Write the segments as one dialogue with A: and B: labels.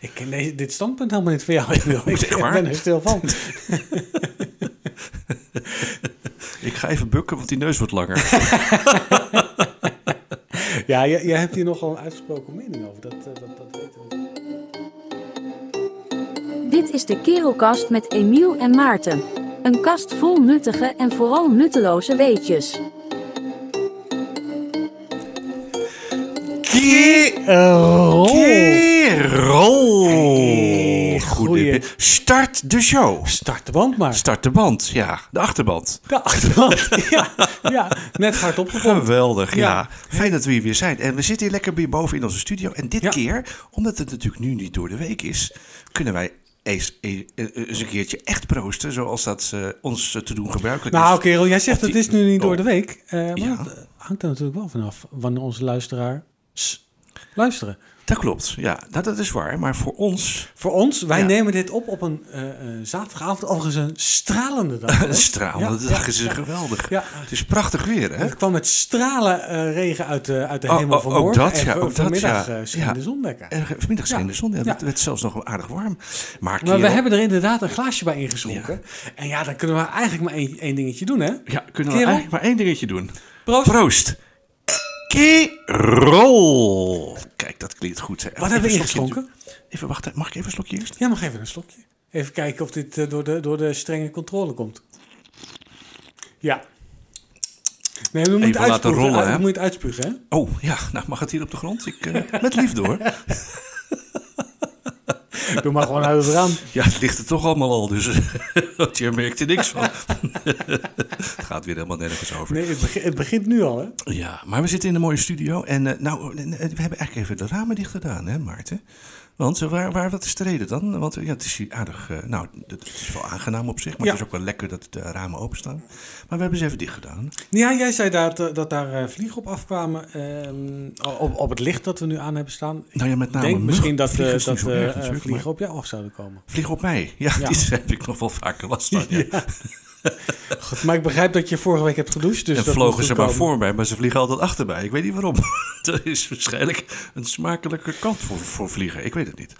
A: Ik ken deze, dit standpunt helemaal niet van jou. Emil. Ik,
B: Echt
A: ik
B: waar?
A: ben er stil van.
B: Ik ga even bukken, want die neus wordt langer.
A: Ja, jij, jij hebt hier nogal een uitgesproken mening over. Dat, eh, dat, dat weten we.
C: Dit is de Kerelkast met Emiel en Maarten. Een kast vol nuttige en vooral nutteloze weetjes.
B: Kerel! Oh.
A: Hey,
B: Kerel!
A: goeie.
B: Goed. Start de show.
A: Start de band maar.
B: Start de band, ja. De achterband.
A: De achterland. ja, ja, net hard opgevallen.
B: Geweldig, ja.
A: Ja.
B: Fijn dat we hier weer zijn. En we zitten hier lekker bij boven in onze studio. En dit
A: Ja.
B: keer, omdat het natuurlijk nu niet door de week is, kunnen wij eens, e- e- eens een keertje echt proosten, zoals dat eh, ons eh, te doen gebruikelijk is.
A: Nou, kerel, jij zegt
B: Op
A: het
B: die-
A: is nu niet door
B: Oh.
A: de week. eh, maar
B: Ja.
A: dat hangt er natuurlijk wel vanaf wanneer onze luisteraars luisteren.
B: Dat klopt, ja. Nou, dat is waar. Maar voor ons
A: Voor ons, wij
B: Ja.
A: nemen dit op op een eh, eh, zaterdagavond. Overigens een stralende dag. hè?
B: een stralende
A: Ja,
B: dag
A: ja,
B: is het
A: ja.
B: geweldig.
A: Ja.
B: Het is prachtig weer, hè?
A: Het kwam met stralen eh, regen uit de, uit de
B: Oh,
A: hemel
B: oh, ook
A: vanmorgen.
B: dat, ja,
A: en
B: ook
A: van,
B: dat,
A: vanmiddag
B: ja.
A: eh, scheen
B: Ja.
A: de zon lekker.
B: En vanmiddag scheen
A: Ja.
B: de zon. Ja,
A: Ja.
B: Het werd zelfs nog wel aardig warm. Maar,
A: Maar we
B: kerel-
A: hebben er inderdaad een glaasje bij ingeschonken. En ja, dan kunnen we eigenlijk maar één, één dingetje doen, hè?
B: Ja, kunnen we
A: Kerel?
B: eigenlijk maar één dingetje doen.
A: Proost.
B: Proost. Kerel. Kijk, dat klinkt goed. Hè.
A: Wat hebben we
B: Even een slokje
A: ingeschonken?
B: doen. Even wachten. Mag ik even een slokje eerst?
A: Ja, mag even een slokje. Even kijken of dit eh, door, de, door de strenge controle komt. Ja. Nee, we moeten
B: Even
A: het
B: laten
A: uitspugen.
B: rollen,
A: Ah,
B: hè?
A: We moeten het uitspugen, hè?
B: Oh, ja. Nou, mag het hier op de grond? Ik, eh, met liefde hoor.
A: Doe maar gewoon uit het raam.
B: Ja, het ligt er toch allemaal al. Dus eh, je merkt er niks van. het gaat weer helemaal nergens over.
A: Nee, het, beg- het begint nu al, hè?
B: Ja, maar we zitten in een mooie studio. En eh, nou, eh, we hebben eigenlijk even de ramen dicht gedaan, hè Maarten? Want eh, waar, waar, wat is de reden dan? Want eh, ja, het is hier aardig, eh, nou, het is wel aangenaam op zich. Maar
A: Ja.
B: het is ook wel lekker dat de ramen openstaan. Maar we hebben ze even dicht gedaan.
A: Ja, jij zei dat, eh, dat daar eh, vliegen op afkwamen. ehm, op, op het licht dat we nu aan hebben staan. Ik
B: Nou ja, met name
A: denk
B: muggen.
A: misschien dat, eh,
B: Vliegen is
A: dat
B: niet zo
A: eh,
B: erg
A: eh,
B: natuurlijk,
A: vliegen
B: maar
A: op jou af zouden komen.
B: vliegen op mij. Ja,
A: Ja.
B: die heb ik nog wel vaker last van. Ja.
A: Goed, maar ik begrijp dat je vorige week hebt gedoucht. Dus
B: en
A: dat
B: vlogen
A: moet
B: ze
A: goed
B: maar
A: komen.
B: voor mij, maar ze vliegen altijd achter mij. Ik weet niet waarom. Er is waarschijnlijk een smakelijke kant voor, voor vliegen. Ik weet het niet.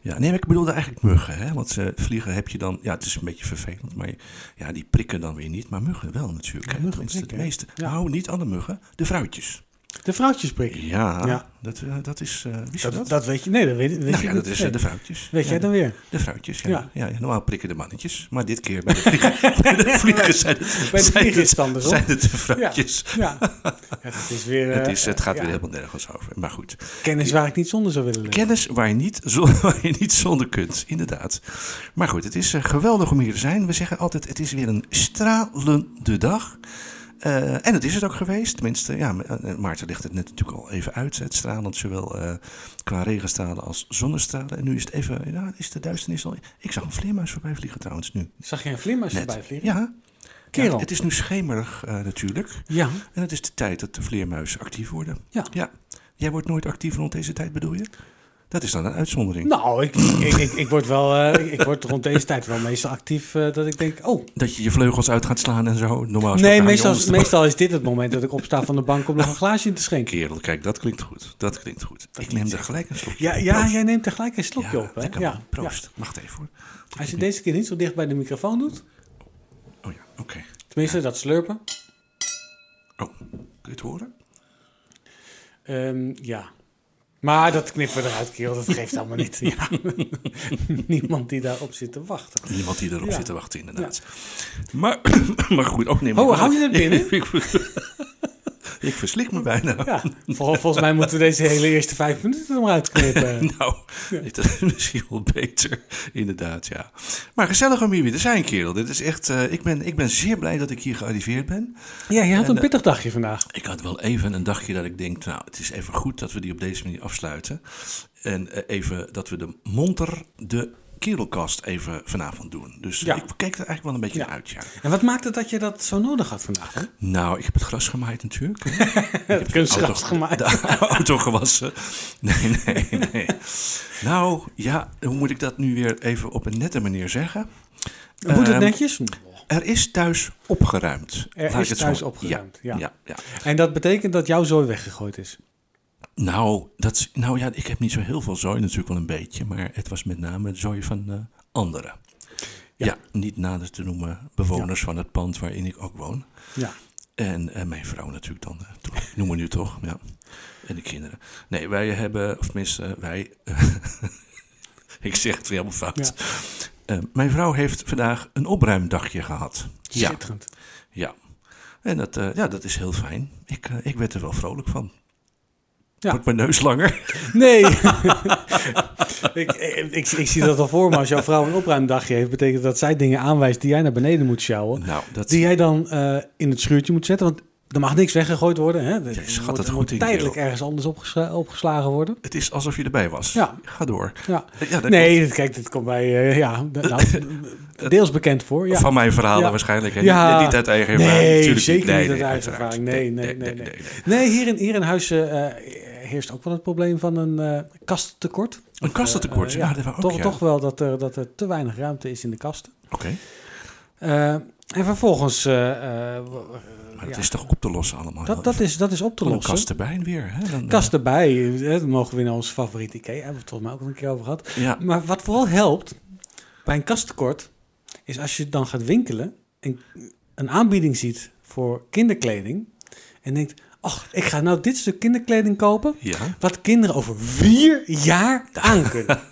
B: Ja, nee, maar ik bedoelde eigenlijk muggen. Hè? Want eh, vliegen heb je dan... Ja, het is een beetje vervelend, maar je- ja, die prikken dan weer niet. Maar muggen wel natuurlijk. hè.
A: muggen
B: Tenminste, de
A: prikken, hè.
B: meeste.
A: Ja.
B: Nou, niet alle muggen. De vrouwtjes.
A: De vrouwtjesprik.
B: Ja,
A: Ja.
B: Dat, eh, dat is... eh wist je
A: Dat,
B: dat?
A: dat weet je. Nee, dat weet, weet
B: nou
A: je
B: ja,
A: niet.
B: dat is eh,
A: Nee.
B: de vrouwtjes.
A: Weet
B: Ja,
A: jij dan weer?
B: de vrouwtjes, ja.
A: Ja.
B: Ja. ja. Normaal prikken de mannetjes, maar dit keer bij de vliegen, bij de vliegen zijn het,
A: Bij de dus,
B: zijn
A: vliegen is
B: het-
A: het andersom.
B: zijn het de vrouwtjes.
A: Ja. het is weer.
B: Het,
A: eh,
B: is, het gaat
A: ja,
B: weer helemaal nergens over. Maar goed,
A: Kennis waar ik niet zonder zou willen leven.
B: kennis waar je niet, zo- waar je niet zonder kunt, inderdaad. Maar goed, het is eh, geweldig om hier te zijn. We zeggen altijd, het is weer een stralende dag. Eh, en dat is het ook geweest. Tenminste, ja, Ma- eh, Maarten legt het net natuurlijk al even uit. Het stralend, zowel eh, qua regenstralen als zonnestralen. En nu is het even, ja, is de duisternis al... Ik zag een vleermuis voorbij vliegen trouwens nu.
A: Zag je een vlimmersje
B: Net.
A: voorbij vliegen?
B: Ja.
A: Kerel.
B: Ja, het is nu schemerig eh, natuurlijk.
A: Ja.
B: En het is de tijd dat de vleermuizen actief worden.
A: Ja.
B: Jij wordt nooit actief rond deze tijd, bedoel je? Dat is dan een uitzondering.
A: Nou, ik, ik, ik, ik word wel. eh, ik, ik word rond deze tijd wel meestal actief eh, dat ik denk. Oh.
B: Dat je je vleugels uit gaat slaan en zo. Normaal is
A: Nee,
B: dat aan je
A: meestal, is-
B: onderste-
A: meestal is dit het moment dat ik opsta van de bank om nog een glaasje in te schenken.
B: Kerel, kijk, dat klinkt goed. Dat klinkt goed. ik neem er gelijk een slokje
A: Ja,
B: op.
A: ja
B: Proost.
A: jij neemt tegelijk een slokje
B: Ja,
A: op. Hè?
B: lekker
A: Ja,
B: man. Proost. Wacht even hoor.
A: ja. Als je deze keer niet zo dicht bij de microfoon doet.
B: Oh ja, oké.
A: Tenminste, dat slurpen.
B: Oh, kun je het horen?
A: Ehm, ja. Maar dat knippen we eruit, kerel. Dat geeft allemaal niet. Ja. Niemand die daarop zit te wachten.
B: Niemand die erop
A: Ja.
B: zit te wachten, inderdaad. Maar, maar goed, ook neem
A: Oh, hou je het binnen?
B: ik, ik verslik me bijna.
A: Ja, vol- volgens mij moeten we deze hele eerste vijf minuten er maar uitknippen.
B: Nou, dat is misschien wel beter. Inderdaad, ja. Maar gezellig om hier weer te zijn, kerel. Dit is echt, eh, ik, ben, ik ben zeer blij dat ik hier gearriveerd ben.
A: Ja, je had een pittig dagje vandaag.
B: Ik had wel even een dagje dat ik denk, nou, het is even goed dat we die op deze manier afsluiten. En eh, even dat we de monter, de kerelkast even vanavond doen. Dus eh,
A: Ja.
B: ik kijk er eigenlijk wel een beetje
A: Ja.
B: naar uit, ja.
A: En wat maakt het dat je dat zo nodig had vandaag? Hè?
B: Nou, ik heb het gras gemaaid natuurlijk. Ik heb de
A: kunstgras
B: auto-
A: gemaaid.
B: De auto gewassen. Nee, nee, nee. Nou, ja, hoe moet ik dat nu weer even op een nette manier zeggen?
A: Moet het
B: Ehm,
A: netjes?
B: Er is thuis opgeruimd.
A: Er
B: Laat ik
A: is
B: het zo-
A: thuis opgeruimd, ja.
B: ja, ja.
A: En dat betekent dat jouw zooi weggegooid is.
B: Nou, dat, nou ja, ik heb niet zo heel veel zooi, natuurlijk wel een beetje. Maar het was met name het zooi van eh, anderen. Ja.
A: Ja.
B: niet nader te noemen bewoners van het pand waarin ik ook woon.
A: Ja.
B: En eh, mijn vrouw natuurlijk dan, eh, toch. Ik noem me nu toch, ja. En de kinderen. Nee, wij hebben, of tenminste, eh, wij... ik zeg het weer helemaal fout. Eh, mijn vrouw heeft vandaag een opruimdagje gehad. Ja,
A: Schitterend.
B: ja. En dat, eh, ja, dat is heel fijn. Ik, eh, ik werd er wel vrolijk van.
A: Ja.
B: Wordt mijn neus langer?
A: Nee. ik, ik, ik, ik zie dat al voor me. Als jouw vrouw een opruimdagje heeft, betekent dat zij dingen aanwijst die jij naar beneden moet sjouwen.
B: nou, dat...
A: Die jij dan eh, in het schuurtje moet zetten, want er mag niks weggegooid worden. Hè? Er
B: schat
A: moet-
B: het
A: er
B: goed
A: moet
B: in,
A: tijdelijk
B: kerel.
A: ergens anders opgesla- opgeslagen worden.
B: Het is alsof je erbij was.
A: Ja.
B: Ga door.
A: Ja.
B: Ja, dat
A: nee, dit- kijk, dit komt bij, eh, ja, de- nou, deels bekend voor. Ja.
B: Van mijn verhalen
A: Ja.
B: waarschijnlijk. hè?
A: Ja.
B: Niet, niet uit eigen ervaring.
A: Nee,
B: natuurlijk
A: zeker niet uit eigen
B: uiteraard.
A: ervaring. Nee, nee, nee, nee. Nee, hier in, hier in huis eh, heerst ook wel het probleem van een eh, kasttekort.
B: Een kastentekort,
A: Eh,
B: ja, dat waren ook,
A: toch,
B: ja.
A: toch wel dat er, dat er te weinig ruimte is in de kasten.
B: Oké,
A: Eh, en vervolgens... eh, eh, w- eh,
B: maar dat
A: ja,
B: is toch op te lossen allemaal?
A: dat, dat, is, dat is op te
B: Gewoon een
A: lossen.
B: kast erbij en weer. Hè? Dan, eh,
A: Kast erbij, hè, dat mogen we in onze favoriete IKEA, hebben we het volgens mij ook al een keer over gehad.
B: eh, Ja,
A: Maar wat vooral helpt bij een kasttekort, is als je dan gaat winkelen en een aanbieding ziet voor kinderkleding en denkt, ach, ik ga nou dit stuk kinderkleding kopen,
B: ja.
A: wat kinderen over vier jaar aan kunnen.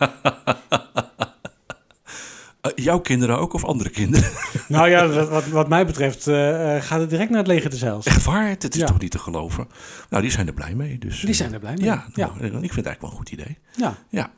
B: Eh, jouw kinderen ook of andere kinderen?
A: nou ja, wat, wat, wat mij betreft eh, eh, gaat het direct naar het leger de zeils.
B: Echt waar? Dit is
A: Ja.
B: toch niet te geloven? Nou, die zijn er blij mee. Dus,
A: Die zijn er blij mee.
B: Ja,
A: Ja.
B: nou, ik vind het eigenlijk wel een goed idee.
A: Ja,
B: Ja,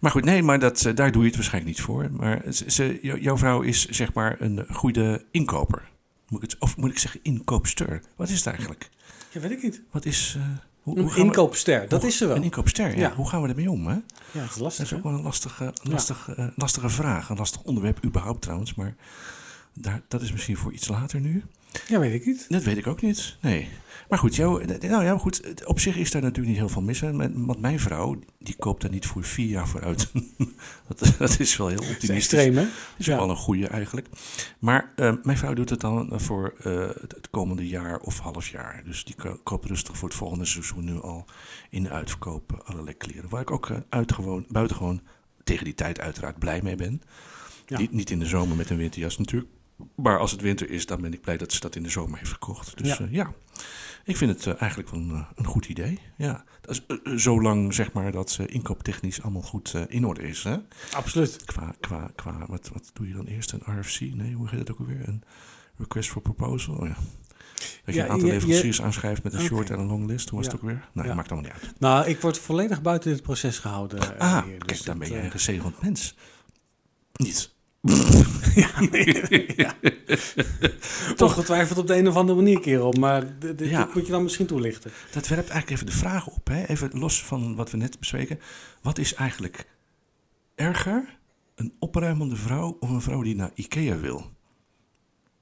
B: maar goed, nee, maar dat, eh, daar doe je het waarschijnlijk niet voor. Maar ze, ze- jou- jouw vrouw is zeg maar een goede inkoper. Moet ik het, of moet ik zeggen inkoopster? Wat is het eigenlijk?
A: ja weet ik niet.
B: Wat is... eh, hoe, hoe
A: Een
B: gaan we-
A: inkoopster, dat
B: hoe-
A: is ze wel.
B: Een inkoopster, ja.
A: Ja.
B: Hoe gaan we daarmee om? Hè?
A: Ja, dat is
B: Dat
A: lastig.
B: is ook
A: hè?
B: wel een lastige, lastige, eh, lastige vraag. Een lastig onderwerp überhaupt trouwens. Maar daar, dat is misschien voor iets later nu.
A: Ja, weet ik niet.
B: Dat weet ik ook niet. Nee. Maar goed, jou, nou ja, goed, het- op zich is daar natuurlijk niet heel veel mis. aan. Maar- Want mijn vrouw, die koopt daar niet voor vier jaar vooruit. dat, dat is wel heel
A: Het is
B: optimistisch.
A: extreem, hè?
B: is ook
A: Ja.
B: wel een goede eigenlijk. Maar eh, mijn vrouw doet het dan voor eh, het, het komende jaar of half jaar. Dus die ko- koopt rustig voor het volgende seizoen nu al in de uitverkoop eh, allerlei kleren. Waar ik ook eh, uitgewoon, buitengewoon tegen die tijd uiteraard blij mee ben.
A: Ja.
B: Niet, niet in de zomer met een winterjas natuurlijk. Maar als het winter is, dan ben ik blij dat ze dat in de zomer heeft verkocht. Dus
A: Ja.
B: ja, ja. ik vind het eh, eigenlijk wel een, eh, een goed idee. Ja. Dat is, eh, eh, zolang zeg maar, dat eh, inkooptechnisch allemaal goed eh, in orde is. Hè?
A: Absoluut.
B: qua, qua, qua wat, wat doe je dan eerst? Een RFC? Nee, hoe heet dat ook alweer? Een request for proposal? Oh ja. Dat je
A: Ja,
B: een
A: je-
B: aantal
A: je-
B: leveranciers aanschrijft met een
A: Oké.
B: short en een long list. Hoe was
A: Ja.
B: het ook weer? Nou,
A: Ja.
B: maakt allemaal niet uit.
A: Nou, ik word volledig buiten dit proces gehouden. eh,
B: Ah,
A: hier, dus
B: kijk,
A: dat,
B: dan ben je
A: eh,
B: een gezegend mens. Niet.
A: Toch getwijfeld op de een of andere manier, kerel. Maar d- d- dit
B: Ja.
A: moet je dan misschien toelichten.
B: Dat werpt eigenlijk even de vraag op. Hè? Even los van wat we net bespreken. Wat is eigenlijk erger? Een opruimende vrouw of een vrouw die naar Ikea wil?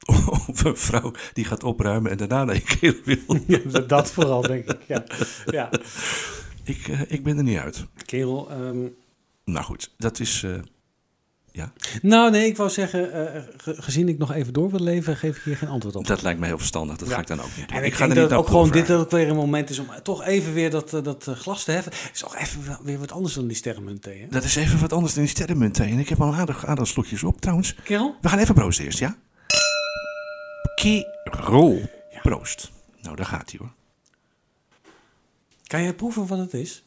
B: Of een vrouw die gaat opruimen en daarna naar Ikea wil?
A: Ja, dat vooral, denk ik. Ja. Ja.
B: Ik, eh, ik ben er niet uit.
A: Kerel, ehm,
B: Nou goed, dat is. eh,
A: nou nee, ik wou zeggen, eh, ge- gezien ik nog even door wil leven, geef ik hier geen antwoord op.
B: dat lijkt mij heel verstandig. Dat
A: Ja.
B: ga ik dan ook niet doen.
A: en ik, denk
B: ga er
A: dat
B: niet
A: het
B: naar
A: ook gewoon dit
B: doorvragen.
A: ook weer een moment is om toch even weer dat, eh, dat eh, glas te heffen. is toch even wel- weer wat anders dan die sterrenmunt thee, hè?
B: Dat is even wat anders dan die sterrenmunt. hè. En ik heb al een aardig aantal slokjes op trouwens.
A: Kerel?
B: We gaan even proosten eerst, ja? Kerel. Proost. Nou, daar gaat hij hoor.
A: Kan jij proeven wat het is?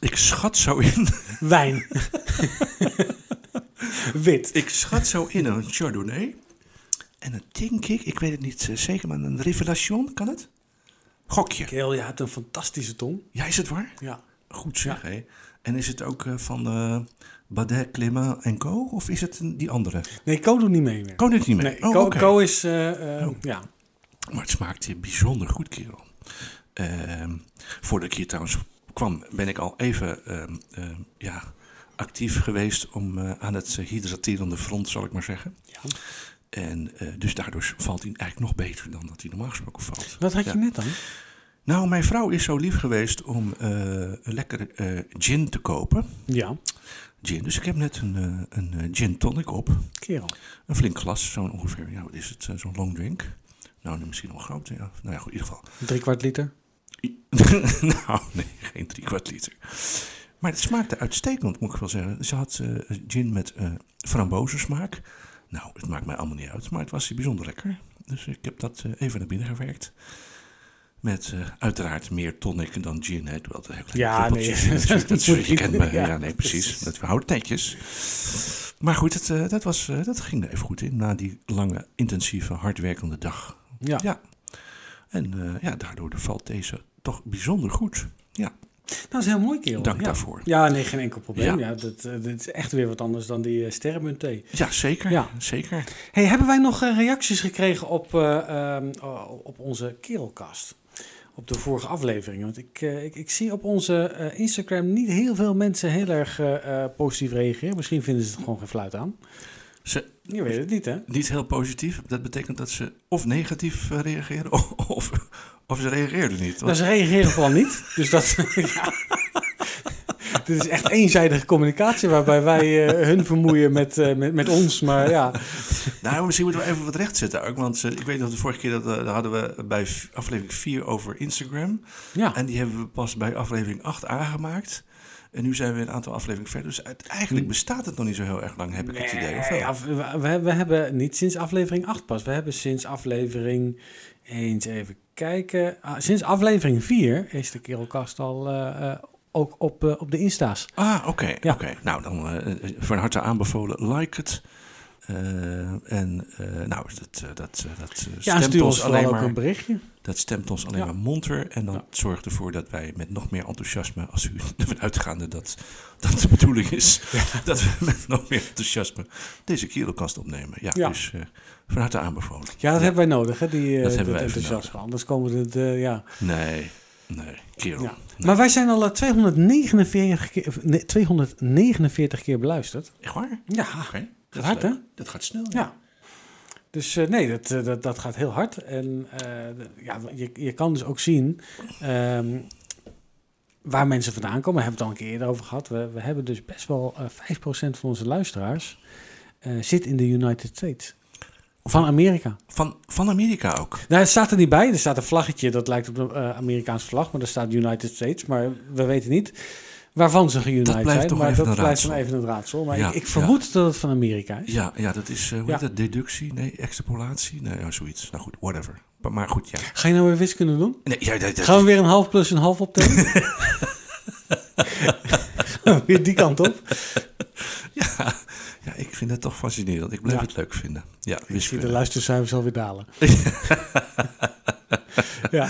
B: Ik schat zo in.
A: Wijn. Wit.
B: ik schat zo in een Chardonnay. En dan denk ik, ik weet het niet eh, zeker, maar een Revelation, kan het? Gokje.
A: Kerel, je had een fantastische tong.
B: Ja, is het waar?
A: Ja.
B: Goed zeg, hé. En is het ook eh, van eh Badet, Clément en Co? Of is het een- die andere?
A: Nee, Co doet niet mee meer.
B: Kon dit niet mee?
A: Nee,
B: Oh,
A: Co,
B: oké. Oh.
A: Co is... eh, eh, Ja.
B: Maar het smaakt hier bijzonder goed, kerel. Ehm, voordat ik hier trouwens kwam, ben ik al even ehm, ehm, ja, actief geweest om eh, aan het eh, hydraterende front, zal ik maar zeggen.
A: ja.
B: En eh, dus daardoor valt hij eigenlijk nog beter dan dat hij normaal gesproken valt.
A: Wat had je
B: Ja.
A: net dan?
B: Nou, mijn vrouw is zo lief geweest om eh, lekker eh, gin te kopen.
A: Ja.
B: Gin. Dus ik heb net een, eh, een eh, gin tonic op.
A: Kerel.
B: Een flink glas, zo'n ongeveer, ja, wat is het, eh, zo'n long drink. Nou, misschien nog groter. Ja. Nou ja, goed, in ieder geval.
A: Drie kwart liter.
B: nou, nee, geen drie kwart liter. Maar het smaakte uitstekend, moet ik wel zeggen. Ze had eh, gin met eh frambozensmaak. Nou, het maakt mij allemaal niet uit, maar het was bijzonder lekker. Dus ik heb dat eh, even naar binnen gewerkt. Met eh, uiteraard meer tonic dan gin. Hè. Doe altijd een heel
A: Ja,
B: klein druppeltje.
A: nee,
B: Dat is-
A: dat
B: Dat is wat
A: moet
B: je
A: je
B: kent
A: niet.
B: me. Ja,
A: Ja,
B: nee, precies.
A: precies.
B: Dat we houden het netjes. Maar goed, het, eh, dat, was, eh, dat ging er even goed in. Na die lange, intensieve, hardwerkende dag.
A: Ja.
B: Ja. En eh, ja, daardoor valt deze toch bijzonder goed. Ja,
A: Dat is heel mooi, kerel.
B: dank
A: ja.
B: daarvoor.
A: Ja, nee, geen enkel probleem.
B: Ja.
A: Ja. dat, eh, dit is echt weer wat anders dan die eh, sterrenmunt thee.
B: Ja, zeker.
A: Ja.
B: zeker.
A: Hey, hebben wij nog eh, reacties gekregen op, eh, ehm, oh, op onze kerelkast? Op de vorige aflevering. Want ik, eh, ik, ik zie op onze eh, Instagram niet heel veel mensen heel erg eh, eh, positief reageren. Misschien vinden ze het gewoon geen fluit aan.
B: Ze,
A: Je weet het niet, hè?
B: niet heel positief. Dat betekent dat ze of negatief eh, reageren of, of, of ze reageerden niet.
A: Nou,
B: Want-
A: ze reageren vooral niet. Dus dat. ja. Dit is echt eenzijdige communicatie waarbij wij eh, hun vermoeien met, eh, met, met ons. Maar ja,
B: nou, misschien moeten we even wat recht zetten ook. Want eh, ik weet nog de vorige keer dat eh, daar hadden we bij v- aflevering 4 over Instagram.
A: ja.
B: En die hebben we pas bij aflevering 8 aangemaakt. En nu zijn we een aantal afleveringen verder. Dus uit- eigenlijk bestaat het nog niet zo heel erg lang, heb ik het idee. Of
A: Hmm.
B: wel?
A: Nee, af- we- we, we hebben niet sinds aflevering 8 pas. We hebben sinds aflevering. Eens even kijken. Ah, sinds aflevering 4 is de kerelkast al eh, eh, ook op, eh, op de Insta's.
B: Ah, oké.
A: Ja.
B: oké. Nou, dan eh, eh, van harte aanbevolen, like het. Eh, en eh, nou, dat, eh, dat, eh, dat eh,
A: Ja, en
B: stemt
A: stuur
B: ons
A: ons vooral
B: alleen
A: ook
B: maar,
A: een berichtje.
B: dat stemt ons alleen
A: Ja.
B: maar monter. En dat
A: Ja.
B: zorgt ervoor dat wij met nog meer enthousiasme, als u ervan uitgaande dat dat de bedoeling is, dat we met nog meer enthousiasme deze kielokast opnemen. Ja,
A: Ja.
B: dus eh, van harte aanbevolen.
A: Ja, dat hebben wij nodig, hè? Die, eh
B: Dat
A: dat
B: hebben wij even
A: enthousiasme. Anders komen we het, eh, ja.
B: Nee, nee, kerel.
A: Ja.
B: Nee.
A: Maar wij zijn al eh, 249 keer, of, nee, 249 keer beluisterd.
B: Echt waar?
A: Ja,
B: Oké. Dat
A: Gaat
B: is
A: hard,
B: leuk.
A: hè?
B: Dat gaat snel.
A: ja. Dus eh, nee, dat, eh, dat, dat gaat heel hard. En eh, d- ja, je, je kan dus ook zien ehm, waar mensen vandaan komen. Daar hebben we het al een keer eerder over gehad. We, we hebben dus best wel eh 5% van onze luisteraars eh, zit in de United States. Van Amerika.
B: Van, van Amerika ook.
A: Nou, het staat er niet bij. Er staat een vlaggetje, dat lijkt op de eh, Amerikaanse vlag, maar daar staat United States. Maar we weten niet waarvan ze geunited
B: Dat blijft
A: zijn.
B: toch
A: maar
B: even
A: dat
B: een
A: blijft dan
B: raadsel.
A: even een raadsel. Maar
B: Ja,
A: ik, ik
B: ja.
A: vermoed dat het van Amerika is.
B: Ja, ja dat is, eh, hoe
A: Ja.
B: heet dat, deductie? Nee, extrapolatie? Nee, ja, zoiets. Nou goed, whatever. Maar, maar goed, ja.
A: Ga je nou weer wiskunde doen?
B: Nee, ja, dat, dat-
A: Gaan we weer een half plus een half optellen? Gaan we weer die kant op?
B: ja, ja, ik vind dat toch fascinerend. Ik blijf
A: Ja.
B: het leuk vinden. Ja,
A: Ik zie de
B: wiskunde.
A: luistercijfers alweer dalen. ja.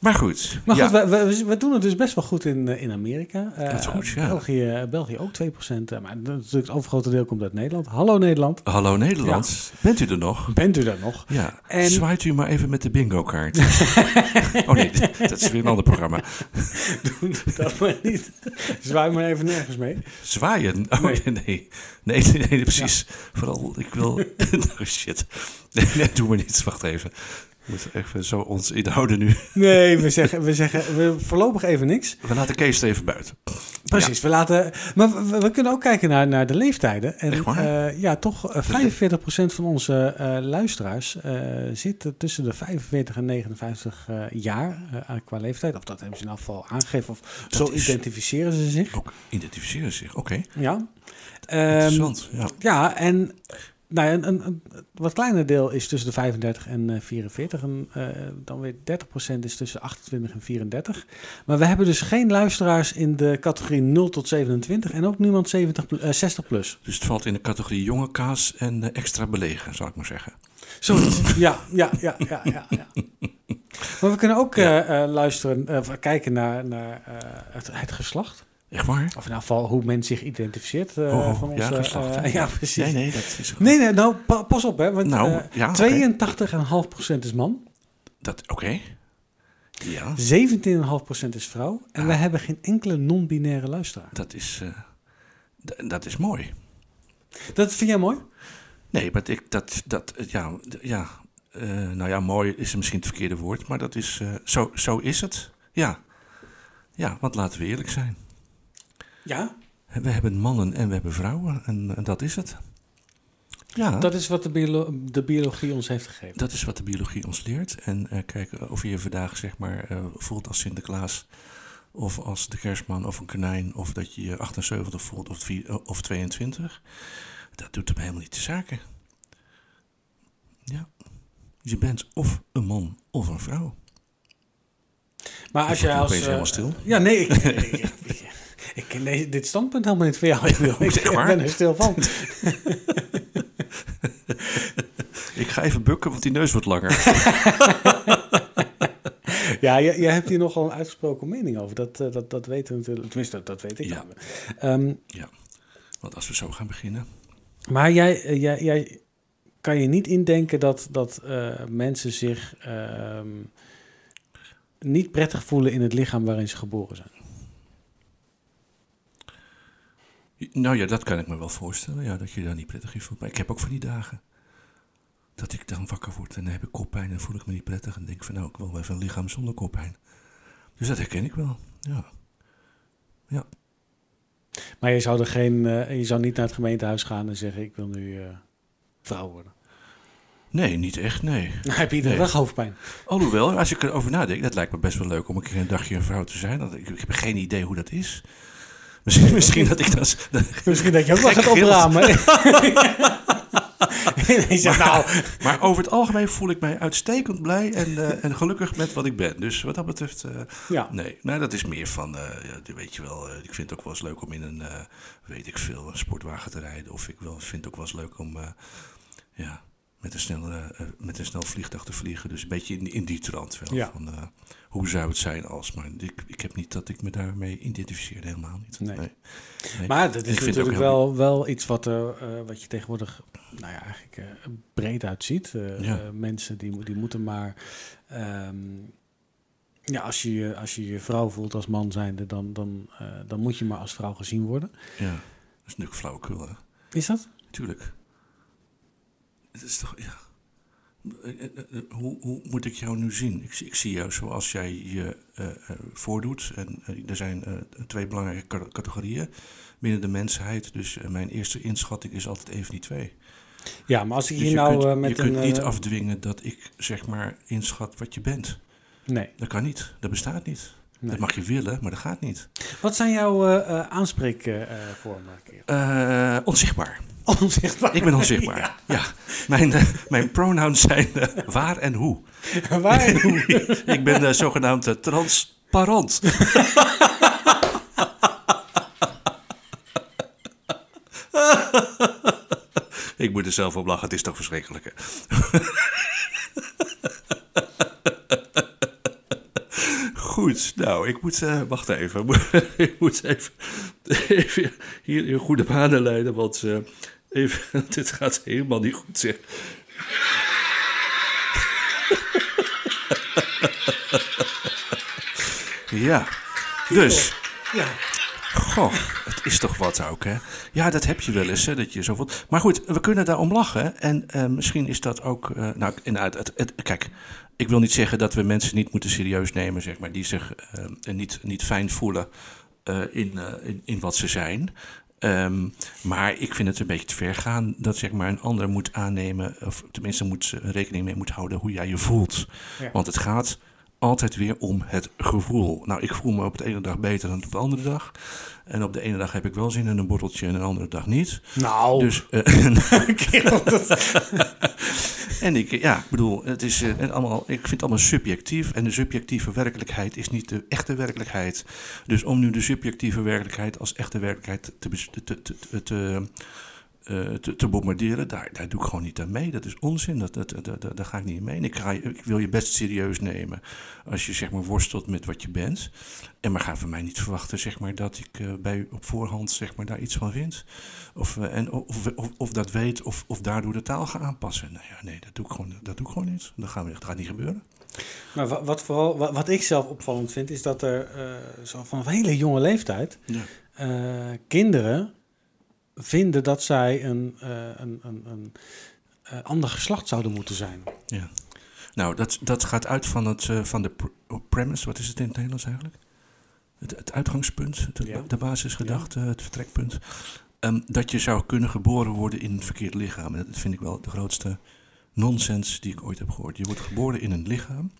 B: Maar goed.
A: Maar
B: ja.
A: goed, we, we, we doen het dus best wel goed in, eh, in Amerika. Eh,
B: Dat is goed, ja.
A: België, eh, België ook 2%. eh, Maar natuurlijk het overgrote deel komt uit Nederland. Hallo Nederland.
B: Hallo Nederland, bent u er nog?
A: Bent u daar nog?
B: Ja,
A: En-
B: zwaait u maar even met de bingo-kaart. oh nee, dat is weer een ander programma.
A: Doe dat maar niet. Zwaai maar even nergens mee.
B: Zwaaien? Oh nee,
A: Nee.
B: nee, nee, nee, nee, nee, precies. Vooral, ik wil... oh shit, nee, nee, doe maar niet. Wacht even. We moeten even zo ons inhouden nu.
A: Nee, we zeggen, we zeggen we voorlopig even niks.
B: We laten Kees er even buiten.
A: Precies, we laten. Maar we, we kunnen ook kijken naar, naar de leeftijden. En
B: Echt waar?
A: eh, ja, toch eh, 45% van onze eh, luisteraars eh, zitten tussen de 45 en 59 eh, jaar eh, qua leeftijd. Of dat hebben ze in afval aangegeven. Of
B: Dat
A: zo
B: is-
A: identificeren ze zich.
B: Ook identificeren zich, oké.
A: Ja. Ehm,
B: Interessant, ja.
A: Ja, en nou, ja, een, een, een wat kleiner deel is tussen de 35 en eh, 44. En eh, dan weer 30% is tussen 28 en 34. Maar we hebben dus geen luisteraars in de categorie 0 tot 27. En ook niemand 70, pl- eh, 60 plus.
B: Dus het valt in de categorie jonge kaas en eh, extra belegen, zal ik maar zeggen.
A: Zoiets. ja, ja, ja, ja, ja, ja. Maar we kunnen ook eh, eh, luisteren, eh, of kijken naar, naar eh, het, het geslacht.
B: Echt waar?
A: Of in ieder geval hoe men zich identificeert eh,
B: Oh, oh,
A: van onze...
B: ja, geslacht.
A: eh,
B: hè?
A: ja, precies.
B: Nee, nee, dat is
A: Nee, nee, nou, pa- pas op, hè. Want
B: Nou,
A: eh,
B: ja, oké.
A: 82,5% is man,
B: Dat, oké. Ja,
A: 17,5% is vrouw. En
B: Ah.
A: wij hebben geen enkele non-binaire luisteraar.
B: dat is, eh, d- dat is mooi.
A: Dat vind jij mooi?
B: Nee, maar ik, dat, dat, eh, ja, d- ja eh, nou ja, mooi is misschien het verkeerde woord, maar dat is, eh, zo, zo is het. Ja. ja, want laten we eerlijk zijn.
A: Ja.
B: We hebben mannen en we hebben vrouwen en, eh, dat is het. Ja, dat...
A: Dat is wat de, biolo- de biologie ons heeft gegeven.
B: is wat de biologie ons leert. En eh, kijk, of je je vandaag zeg maar eh, voelt als Sinterklaas of als de kerstman of een konijn... of dat je je 78 voelt of, vi- eh, of 22, dat doet hem helemaal niet te zaken. Ja, je bent of een man of een vrouw.
A: Maar als
B: Ik
A: je
B: word
A: als...
B: opeens
A: eh,
B: helemaal stil.
A: Ja, nee, ik, ik, ik- ik ken deze- dit standpunt helemaal niet van jou. Ik, bedoel, ik
B: Echt waar?
A: ben er stil van.
B: Ik ga even bukken, want die neus wordt langer.
A: Ja, jij, jij hebt hier nogal een uitgesproken mening over. Dat, eh, dat, dat weten we natuurlijk. Tenminste, dat, dat weet ik.
B: Ja.
A: Ehm,
B: ja, want als we zo gaan beginnen...
A: maar jij, eh, jij, jij kan je niet indenken dat, dat eh, mensen zich ehm, niet prettig voelen in het lichaam waarin ze geboren zijn.
B: Nou ja, dat kan ik me wel voorstellen. Ja, dat je daar niet prettig in voelt. Maar ik heb ook van die dagen dat ik dan wakker word en dan heb ik koppijn en voel ik me niet prettig. En denk van nou, ik wil wel even een lichaam zonder koppijn. Dus dat herken ik wel. Ja. Ja.
A: Maar je zou, er geen, eh, je zou niet naar het gemeentehuis gaan en zeggen: Ik wil nu eh, vrouw worden.
B: Nee, niet echt, nee.
A: Dan heb je iedere
B: Nee.
A: dag hoofdpijn.
B: Alhoewel, als ik erover nadenk, dat lijkt me best wel leuk om een keer een dagje een vrouw te zijn. Want Ik, ik heb geen idee hoe dat is. Misschien, misschien dat ik dan, s- dan-
A: Misschien dat je ook wel
B: Gek
A: gaat
B: gilt.
A: opramen. en hij zegt: Nou,
B: Maar over het algemeen voel ik mij uitstekend blij en, eh, en gelukkig met wat ik ben. Dus wat dat betreft, eh,
A: Ja.
B: nee. Nou, dat is meer van, eh, ja, die weet je wel, eh, ik vind het ook wel eens leuk om in een, eh, weet ik veel, een sportwagen te rijden. Of ik wel, vind het ook wel eens leuk om, eh, ja, met een, snel, eh, met een snel vliegtuig te vliegen. Dus een beetje in, in die trant wel.
A: Ja.
B: Van, eh, hoe zou het zijn als, maar ik, ik heb niet dat ik me daarmee identificeer, helemaal niet.
A: Nee.
B: Nee.
A: Maar dat is
B: Ik vind het ook
A: natuurlijk wel,
B: heel-
A: wel iets wat, er, eh, wat je tegenwoordig nou ja, eigenlijk eh, breed uitziet. Eh,
B: Ja.
A: eh, mensen die, mo- die moeten maar... ehm, ja, als je, je- als je je vrouw voelt als man zijnde, dan, dan, eh, dan moet je maar als vrouw gezien worden.
B: Ja, dat is natuurlijk flauwekul, hè.
A: Is dat?
B: Tuurlijk. Het is toch, ja. Eh, eh, eh, Hoe, hoe moet ik jou nu zien? Ik, zie- ik zie jou zoals jij je eh, eh, voordoet. En eh, er zijn eh, twee belangrijke ca- categorieën binnen de mensheid. Dus eh, mijn eerste inschatting is altijd een van die twee.
A: Ja, maar als ik
B: Dus
A: hier
B: je
A: nou
B: kunt,
A: eh, met
B: je
A: een...
B: kunt niet
A: eh,
B: afdwingen dat ik zeg maar inschat wat je bent.
A: Nee.
B: Dat kan niet. Dat bestaat niet.
A: Nee.
B: Dat mag je willen, maar dat gaat niet.
A: Wat zijn jouw eh, eh, aanspreekvormen? Kerel?
B: Eh, onzichtbaar.
A: Onzichtbaar.
B: Ik ben onzichtbaar. Ja. Mijn, eh, mijn pronouns zijn eh, waar en hoe.
A: Waar?
B: Ik ben eh, zogenaamd eh, transparant. Ik moet er zelf op lachen, het is toch verschrikkelijk. hè? Goed, nou, ik moet. eh, wacht even. ik moet even, even hier in goede banen leiden, want eh, even, dit gaat helemaal niet goed. Zeg. Ja, dus.
A: ja.
B: Goh, het is toch wat ook, hè? Ja, dat heb je wel eens, hè, dat je zo voelt. Maar goed, we kunnen daar om lachen. En eh, misschien is dat ook... eh, nou, en uit, het, het- kijk, ik wil niet zeggen dat we mensen niet moeten serieus nemen, zeg maar. Die zich eh, niet, niet fijn voelen eh, in, eh, in, in wat ze zijn. Ehm, maar ik vind het een beetje te ver gaan dat zeg maar, een ander moet aannemen... of tenminste moet, eh, rekening mee moet houden hoe jij je voelt.
A: Ja.
B: Want het gaat altijd weer om het gevoel. Nou, ik voel me op de ene dag beter dan op de andere dag. En op de ene dag heb ik wel zin in een borreltje en de andere dag niet.
A: Nou,
B: Dus, eh,
A: kerel, dat-
B: en ik, ja, ik bedoel, het is, eh, en allemaal, ik vind het allemaal subjectief. En de subjectieve werkelijkheid is niet de echte werkelijkheid. Dus om nu de subjectieve werkelijkheid als echte werkelijkheid te, bes- te, te, te, te, eh, te, te bombarderen, daar, daar doe ik gewoon niet aan mee. Dat is onzin, dat, dat, dat, dat- daar ga ik niet mee. En ik, ga, je- ik wil je best serieus nemen als je zeg maar, worstelt met wat je bent. En maar ga van mij niet verwachten zeg maar, dat ik eh, bij, op voorhand zeg maar, daar iets van vind. Of, eh, en, of, of, of dat weet, of, of daardoor de taal ga aanpassen. Nou ja, nee, dat doe ik gewoon, dat doe ik gewoon niet. Dat, gaan we, dat gaat niet gebeuren.
A: Maar wa- wat, vooral, wa- wat ik zelf opvallend vind, is dat er eh, zo van hele jonge leeftijd eh, kinderen vinden dat zij een, eh, een, een, een eh, ander geslacht zouden moeten zijn.
B: Ja. Nou, dat, dat gaat uit van, het, eh, van de pr- premise. Wat is het in het Nederlands eigenlijk? Het, het uitgangspunt, de,
A: Ja.
B: de basisgedachte, het vertrekpunt. Eh, ehm, dat je zou kunnen geboren worden in een verkeerd lichaam. En Dat vind ik wel de grootste nonsens die ik ooit heb gehoord. Je wordt geboren in een lichaam.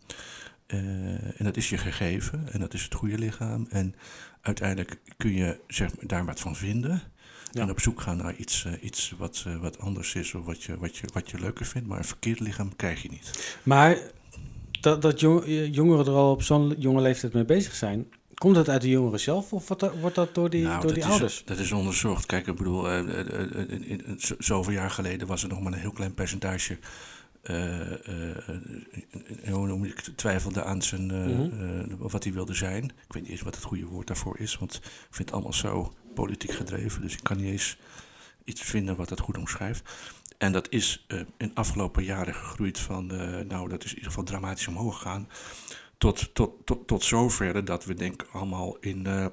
B: eh, en dat is je gegeven. En dat is het goede lichaam. En uiteindelijk kun je zeg maar, daar wat van vinden.
A: Ja.
B: En op zoek gaan naar iets, eh, iets wat, eh, wat anders is. Of wat je, wat, je, wat je leuker vindt. Maar een verkeerd lichaam krijg je niet.
A: Maar dat, dat jong- eh, jongeren er al op zo'n jonge leeftijd mee bezig zijn, komt dat uit de jongeren zelf of wat, wordt dat door die,
B: Nou,
A: door
B: dat
A: die
B: is,
A: ouders?
B: Dat is onderzocht. Kijk, ik bedoel, eh, eh, eh, eh, in- in- in- zo- zoveel jaar geleden was er nog maar een heel klein percentage. eh, eh, eh, eh, hoe noem je het, twijfelde aan zijn, eh, eh, wat hij wilde zijn. Ik weet niet eens wat het goede woord daarvoor is, want ik vind het allemaal zo politiek gedreven. Dus ik kan niet eens iets vinden wat dat goed omschrijft. En dat is eh, in de afgelopen jaren gegroeid van, eh, nou, dat is in ieder geval dramatisch omhoog gegaan. Tot, tot, tot, tot zover dat we denk ik allemaal in, eh,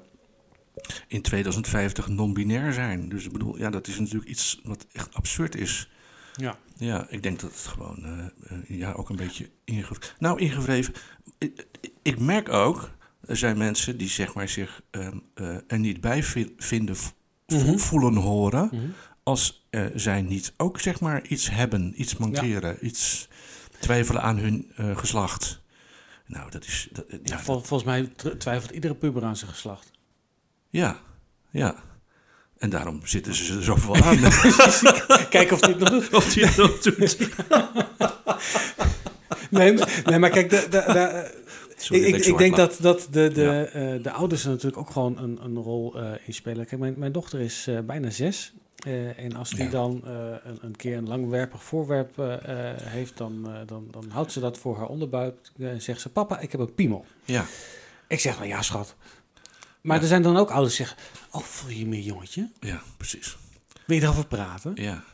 B: in 2050 non-binair zijn. Dus ik bedoel, ja, dat is natuurlijk iets wat echt absurd is.
A: Ja.
B: Ja, ik denk dat het gewoon eh, eh, ja, ook een beetje ingevreven. Nou, ingevreven. Ik, ik merk ook, er zijn mensen die zeg maar, zich ehm, eh, er niet bij vi- vinden, vo-
A: Mhm.
B: voelen, horen.
A: Mhm.
B: Als eh, zij niet ook zeg maar, iets hebben, iets mankeren, iets twijfelen aan hun eh, geslacht. Nou, dat is. Dat, ja,
A: Ja,
B: dat-
A: vol- volgens mij tr- twijfelt iedere puber aan zijn geslacht.
B: ja, ja. En daarom zitten ze er zoveel aan.
A: Kijk of die het nog doet.
B: Of die het nog doet.
A: Nee, maar- nee maar kijk, de, de, de-
B: Sorry
A: ik,
B: dat
A: ik,
B: ik zo
A: ik denk
B: hard
A: dat, dat de, de, eh, de ouders er natuurlijk ook gewoon een, een rol eh, in spelen. Kijk, mijn, mijn dochter is eh, bijna zes. eh, en als die
B: Ja.
A: dan eh, een, een keer een langwerpig voorwerp eh, eh, heeft, dan, eh, dan, dan houdt ze dat voor haar onderbuik. eh, En zegt ze, papa, ik heb een piemel.
B: Ja,
A: Ik zeg maar, ja schat. Maar
B: Ja.
A: er zijn dan ook ouders die zeggen, oh, voel je je meer jongetje?
B: ja, precies.
A: Wil je erover praten?
B: Ja,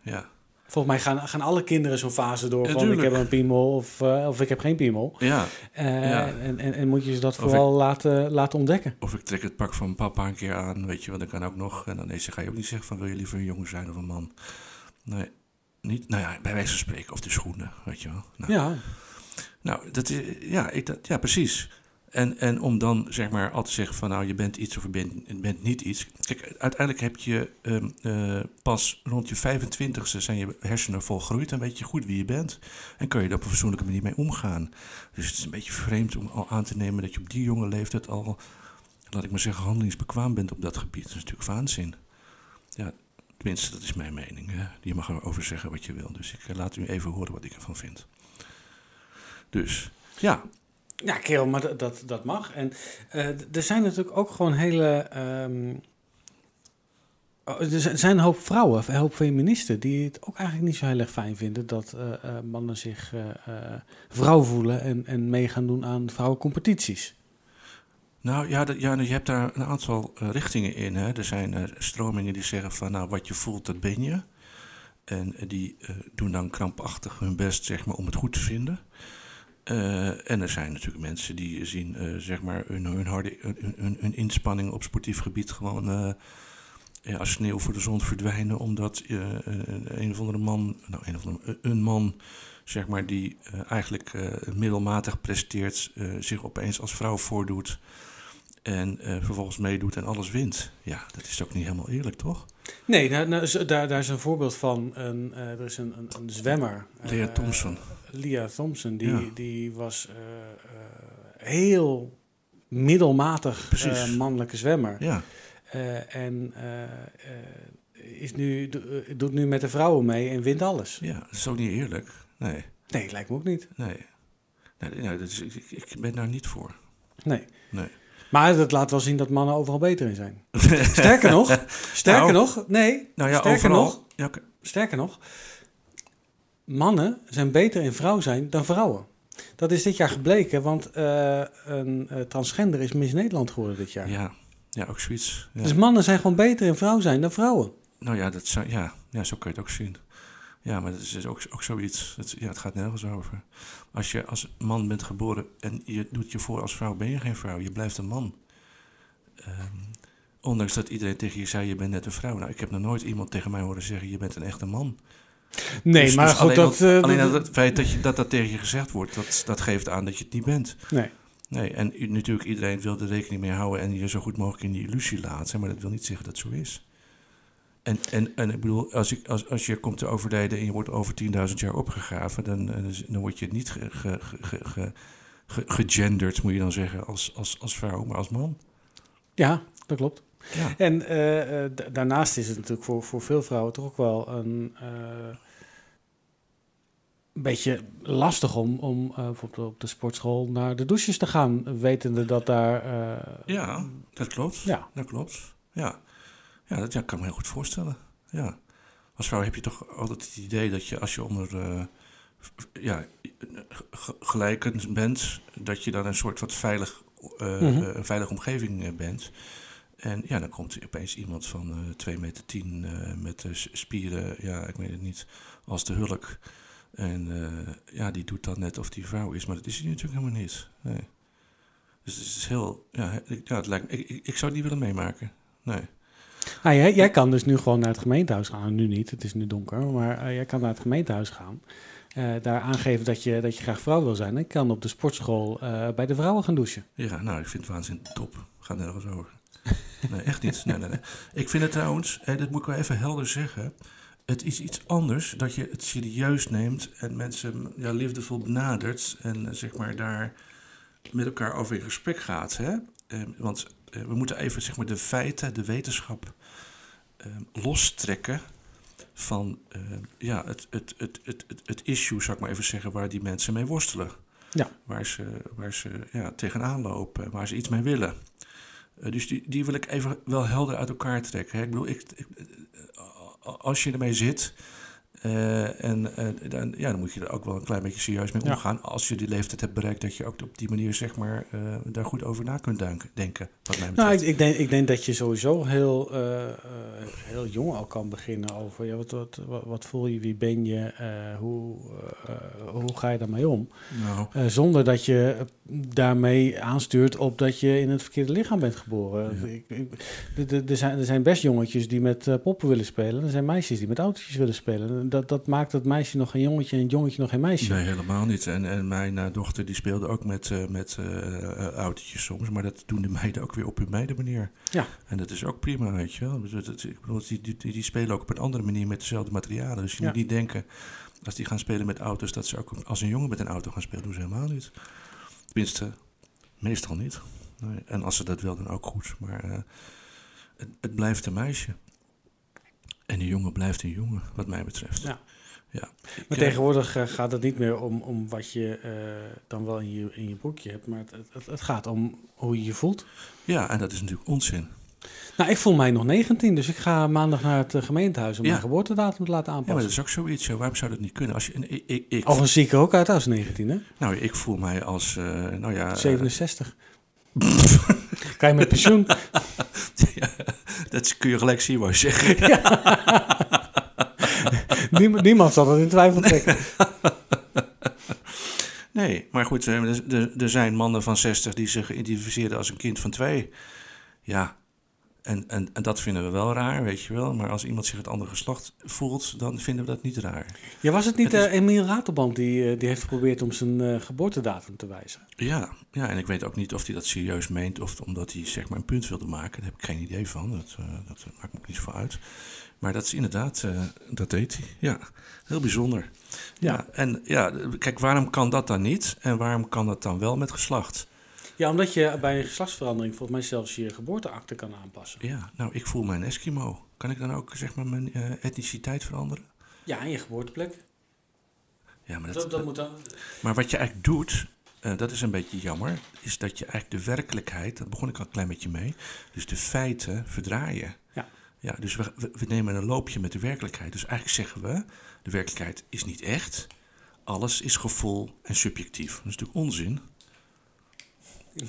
B: ja.
A: Volgens mij gaan, gaan alle kinderen zo'n fase door
B: Ja,
A: van, ik
B: tuurlijk.
A: heb een piemel of, eh, of ik heb geen piemel.
B: ja.
A: Eh,
B: Ja.
A: en, en, en moet je ze dat
B: Of
A: vooral laten, laten ontdekken.
B: Of ik trek het pak van papa een keer aan, weet je, want dat kan ook nog. En dan deze ga je ook niet zeggen van wil je liever een jongen zijn of een man. Nee, niet. Nou ja, bij wijze van spreken. Of de schoenen, weet je wel. Nou,
A: Ja,
B: nou dat is, ja, ik, dat, ja, precies. En, en om dan zeg maar altijd te zeggen van nou je bent iets of je bent, je bent niet iets. Kijk, uiteindelijk heb je ehm, eh, pas rond je 25ste zijn je hersenen volgroeid en weet je goed wie je bent. En kun je daar op een fatsoenlijke manier mee omgaan. Dus het is een beetje vreemd om al aan te nemen dat je op die jonge leeftijd al, laat ik maar zeggen, handelingsbekwaam bent op dat gebied. Dat is natuurlijk waanzin. Ja, tenminste, dat is mijn mening. Hè. Je mag erover zeggen wat je wil. Dus ik eh, laat u even horen wat ik ervan vind. Dus, ja.
A: ja kerel, maar dat, dat, dat mag. En eh, d- er zijn natuurlijk ook gewoon hele... ehm, oh, er zijn- zijn een hoop vrouwen, een hoop feministen... die het ook eigenlijk niet zo heel erg fijn vinden... dat eh, eh, mannen zich eh, eh, vrouw voelen en, en mee gaan doen aan vrouwencompetities.
B: Nou ja, dat- ja, je hebt daar een aantal eh, richtingen in. Hè. Er zijn eh, stromingen die zeggen van nou, wat je voelt, dat ben je. En eh, die eh, doen dan krampachtig hun best zeg maar, om het goed te vinden. Eh, en er zijn natuurlijk mensen die zien eh, zeg maar hun, hun, harde, hun, hun, hun inspanning op sportief gebied gewoon eh, ja, als sneeuw voor de zon verdwijnen. Omdat eh, een, een of andere man, nou een of andere, een man zeg maar, die eh, eigenlijk eh, middelmatig presteert, eh, zich opeens als vrouw voordoet. En eh, vervolgens meedoet en alles wint. Ja, dat is ook niet helemaal eerlijk, toch?
A: Nee, nou, nou, zo- daar, daar is een voorbeeld van. Een, eh, er is een, een, een zwemmer. eh,
B: Lea Thompson.
A: Lia Thompson, die,
B: Ja.
A: die was eh, eh, heel middelmatig
B: Precies.
A: eh, mannelijke zwemmer.
B: Ja,
A: Eh, en eh, eh, is nu, do- eh, doet nu met de vrouwen mee en wint alles.
B: ja dat is ook niet eerlijk. Nee,
A: Nee, lijkt me ook niet.
B: nee. nee, nee, dat is, ik, ik- ik ben daar niet voor.
A: Nee.
B: Nee.
A: Maar dat laat wel zien dat mannen overal beter in zijn. Sterker nog, sterker
B: Nou.
A: nog, nee,
B: Nou ja,
A: sterker,
B: overal.
A: nog,
B: Ja, oké.
A: sterker nog, mannen zijn beter in vrouw zijn dan vrouwen. Dat is dit jaar gebleken, want eh, een eh, transgender is Miss Nederland geworden dit jaar.
B: ja, ja, ook zoiets. Ja.
A: Dus mannen zijn gewoon beter in vrouw zijn dan vrouwen.
B: Nou ja, dat zou, ja, ja, zo kun je het ook zien. Ja, maar dat is dus ook, ook zoiets. Het, ja, het gaat nergens over. Als je als man bent geboren en je doet je voor als vrouw, ben je geen vrouw. Je blijft een man. Ehm, ondanks dat iedereen tegen je zei, je bent net een vrouw. Nou, ik heb nog nooit iemand tegen mij horen zeggen, je bent een echte man.
A: Nee,
B: Dus-
A: maar
B: dus
A: goed,
B: alleen
A: dat...
B: al-
A: eh,
B: alleen
A: dat-
B: al het feit dat, je, dat dat tegen je gezegd wordt, dat, dat geeft aan dat je het niet bent.
A: Nee.
B: Nee, en u- natuurlijk, iedereen wil er rekening mee houden en je zo goed mogelijk in die illusie laten. Maar dat wil niet zeggen dat het zo is. En, en, en ik bedoel, als, ik, als, als je komt te overlijden en je wordt over 10.000 jaar opgegraven, dan, eh, dan word je niet ge, ge, ge, ge- ge- gegenderd, moet je dan zeggen, als, als, als vrouw, maar als man.
A: Ja, dat klopt.
B: Ja.
A: En eh, eh, da- daarnaast is het natuurlijk voor, voor veel vrouwen toch ook wel een eh, beetje lastig om, om eh, bijvoorbeeld op de sportschool naar de douches te gaan, wetende dat daar. eh,
B: Ja, dat klopt.
A: Ja.
B: Dat klopt. Ja, ja dat ja, kan ik me heel goed voorstellen. Ja. Als vrouw heb je toch altijd het idee dat je als je onder eh, f- f- ja, g- g- gelijkend bent, dat je dan een soort wat veilig, eh,
A: Mhm.
B: eh, een veilige omgeving eh, bent. En ja, dan komt opeens iemand van eh 2 meter 10 eh, met eh, s- spieren, ja, ik weet het niet, als de hulk. En eh, ja, die doet dan net of die vrouw is, maar dat is hij natuurlijk helemaal niet. Nee. Dus het is heel. Ja, he- ik- ja, het lijkt, me- ik, ik, ik zou het niet willen meemaken. Nee.
A: nou, jij, jij kan dus nu gewoon naar het gemeentehuis gaan. Nou, Nu niet, het is nu donker, maar eh, jij kan naar het gemeentehuis gaan. eh, daar aangeven dat je, dat je graag vrouw wil zijn. En kan op de sportschool eh, bij de vrouwen gaan douchen.
B: Ja, nou, ik vind het waanzinnig top. Gaat nergens over. Nee, echt niet. Nee, nee, nee. Ik vind het trouwens, hè, dat moet ik wel even helder zeggen. Het is iets anders dat je het serieus neemt en mensen ja, liefdevol benadert. En eh, zeg maar daar met elkaar over in gesprek gaat. Hè? Eh, want eh, we moeten even zeg maar, de feiten, de wetenschap eh, lostrekken van eh, ja, het, het, het, het, het, het issue, zou ik maar even zeggen, waar die mensen mee worstelen waar ze, waar ze ja, tegenaan lopen, waar ze iets mee willen. Eh, dus die, die wil ik even wel helder uit elkaar trekken. Hè. Ik bedoel, ik, ik- eh, als je ermee zit, eh, en, eh, dan, ja, dan moet je er ook wel een klein beetje serieus mee
A: Ja.
B: omgaan. Als je die leeftijd hebt bereikt, dat je ook op die manier zeg maar, eh, daar goed over na kunt duiken- denken. Wat mij betreft.
A: Nou, ik, ik, denk, ik denk dat je sowieso heel, eh, eh, heel jong al kan beginnen over ja, wat, wat, wat, wat voel je, wie ben je, eh, hoe, eh, eh, hoe ga je daarmee om?
B: Nou,
A: Eh, zonder dat je daarmee aanstuurt op dat je in het verkeerde lichaam bent geboren.
B: Ja.
A: Ik- ik- de- de- Er zijn, er zijn best jongetjes die met eh, poppen willen spelen, er zijn meisjes die met autootjes willen spelen. Dat, dat maakt het meisje nog een jongetje en het jongetje nog geen meisje.
B: Nee, helemaal niet. En, en mijn eh, dochter die speelde ook met, eh met eh, eh, autootjes soms. Maar dat doen de meiden ook weer op hun meidenmanier.
A: Ja.
B: En dat is ook prima, weet je wel. Dus dat- dat- Ik bedoel, die, die, die die spelen ook op een andere manier met dezelfde materialen. Dus je
A: Ja.
B: moet niet denken, als die gaan spelen met auto's... dat ze ook als een jongen met een auto gaan spelen. doen ze helemaal niet. Tenminste, meestal niet. Nee. En als ze dat wel, dan ook goed. Maar eh, het, het blijft een meisje. En die jongen blijft een jongen, wat mij betreft.
A: Ja.
B: ja. Ik,
A: Maar
B: eh,
A: tegenwoordig eh, gaat het niet meer om, om wat je eh, dan wel in je, in je boekje hebt, maar het, het, het gaat om hoe je je voelt.
B: Ja, en dat is natuurlijk onzin.
A: Nou, ik voel mij nog 19, dus ik ga maandag naar het eh, gemeentehuis om
B: Ja.
A: mijn geboortedatum te laten
B: Ja, maar Oh, dat
A: aanpassen.
B: is ook zoiets. ja. Waarom zou dat niet kunnen? Als je, en ik, ik, ik-
A: Of een zieke ook uit als 19, hè?
B: nou, ik voel mij als, eh, nou ja... eh,
A: 67. Kan je met pensioen?
B: ja, dat kun je gelijk zien, wou je zeggen.
A: Niem- niemand zal dat in twijfel trekken.
B: Nee, maar goed, eh, er, er- er zijn mannen van 60 die zich identificeerden als een kind van twee. Ja, en, en, en dat vinden we wel raar, weet je wel. Maar als iemand zich het andere geslacht voelt, dan vinden we dat niet raar.
A: Ja, was het niet
B: Het is-
A: eh, Emiel Ratelband die, eh, die heeft geprobeerd om zijn eh, geboortedatum te wijzen?
B: Ja, ja, en ik weet ook niet of hij dat serieus meent of omdat hij zeg maar een punt wilde maken. Daar heb ik geen idee van. Dat, eh, dat maakt me ook niet voor uit. Maar dat is inderdaad, eh, dat deed hij. Ja, heel bijzonder.
A: Ja.
B: Ja. en ja, kijk, waarom kan dat dan niet? En waarom kan dat dan wel met geslacht?
A: Ja, omdat je bij een geslachtsverandering volgens mij zelfs je geboorteakte kan aanpassen.
B: Ja, nou, ik voel mij een Eskimo. Kan ik dan ook zeg maar mijn eh, etniciteit veranderen?
A: Ja, en je geboorteplek.
B: Ja, maar
A: Dat, dat moet dan...
B: Maar wat je eigenlijk doet, eh, dat is een beetje jammer, is dat je eigenlijk de werkelijkheid, daar begon ik al een klein beetje mee, dus de feiten verdraaien.
A: Ja.
B: Ja, dus we, we, we nemen een loopje met de werkelijkheid. Dus eigenlijk zeggen we, de werkelijkheid is niet echt, alles is gevoel en subjectief. Dat is natuurlijk onzin.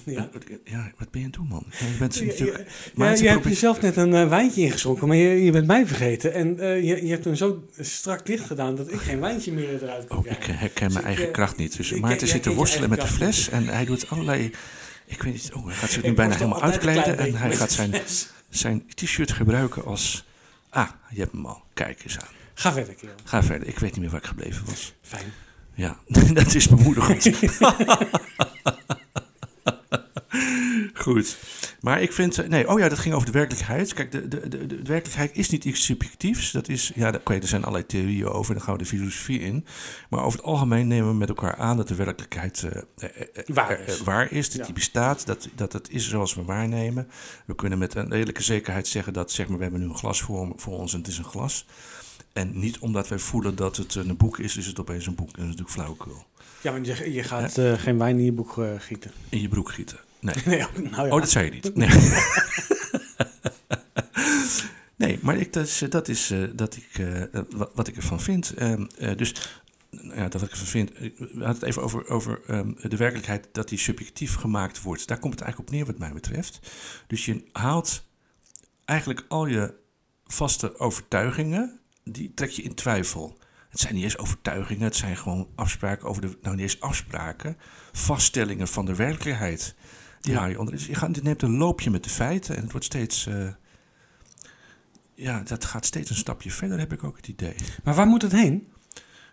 A: Ja.
B: Ja, wat ben je aan het doen, man? Ja, Je bent
A: Ja,
B: natuurlijk...
A: ja,
B: maar
A: ja,
B: ze
A: je hebt
B: probeert-
A: jezelf net een eh, wijntje ingeschonken, maar je, je bent mij vergeten. En eh, je, je hebt hem zo strak dicht gedaan dat ik geen wijntje meer eruit kan
B: Oh, ik
A: krijgen.
B: herken mijn
A: ik,
B: eigen
A: eh,
B: kracht niet. Dus
A: ik-
B: Maarten
A: jij
B: zit te
A: kent je
B: worstelen met de
A: eigen kracht
B: fles en hij doet allerlei... Ik weet niet, oh, hij gaat zich nu
A: Ik
B: bijna
A: worstel
B: helemaal
A: altijd een
B: uitkleden
A: klein
B: en hij
A: beetje
B: gaat zijn,
A: met de fles.
B: zijn t-shirt gebruiken als... Ah, je hebt hem al. Kijk eens aan.
A: Ga verder, kerel.
B: Ga verder. Ik weet niet meer waar ik gebleven was.
A: Fijn.
B: Ja, dat is bemoedigend. Goed. Maar ik vind... eh, Nee, oh ja, dat ging over de werkelijkheid. Kijk, de, de, de, de werkelijkheid is niet iets subjectiefs. Dat is... Ja, daar- oké, er zijn allerlei theorieën over. Dan gaan we de filosofie in. Maar over het algemeen nemen we met elkaar aan dat de werkelijkheid eh, eh, eh,
A: Waar
B: eh,
A: is.
B: eh, waar is, dat
A: Ja.
B: die bestaat, dat, dat het is zoals we waarnemen. We kunnen met een redelijke zekerheid zeggen dat zeg maar, we hebben nu een glas voor, voor ons en het is een glas. En niet omdat wij voelen dat het een boek is, is het opeens een boek. En dat is natuurlijk flauwekul.
A: Ja, want je, je gaat eh, geen wijn in je boek eh, gieten.
B: In je broek gieten. Nee.
A: Nee, nou ja.
B: Oh, dat zei je niet. Nee, nee maar ik, dat is, dat is eh, dat ik, eh, wat, wat ik ervan vind. Ehm, eh, dus nou ja, dat wat ik ervan vind. eh, We hadden het even over, over ehm, de werkelijkheid dat die subjectief gemaakt wordt. Daar komt het eigenlijk op neer, wat mij betreft. Dus je haalt eigenlijk al je vaste overtuigingen, die trek je in twijfel. Het zijn niet eens overtuigingen, het zijn gewoon afspraken over de. Nou, niet eens afspraken, vaststellingen van de werkelijkheid. Die haal je onder. Dus je, gaat, je neemt een loopje met de feiten en het wordt steeds. eh, ja, dat gaat steeds een stapje verder, heb ik ook het idee.
A: Maar waar moet het heen?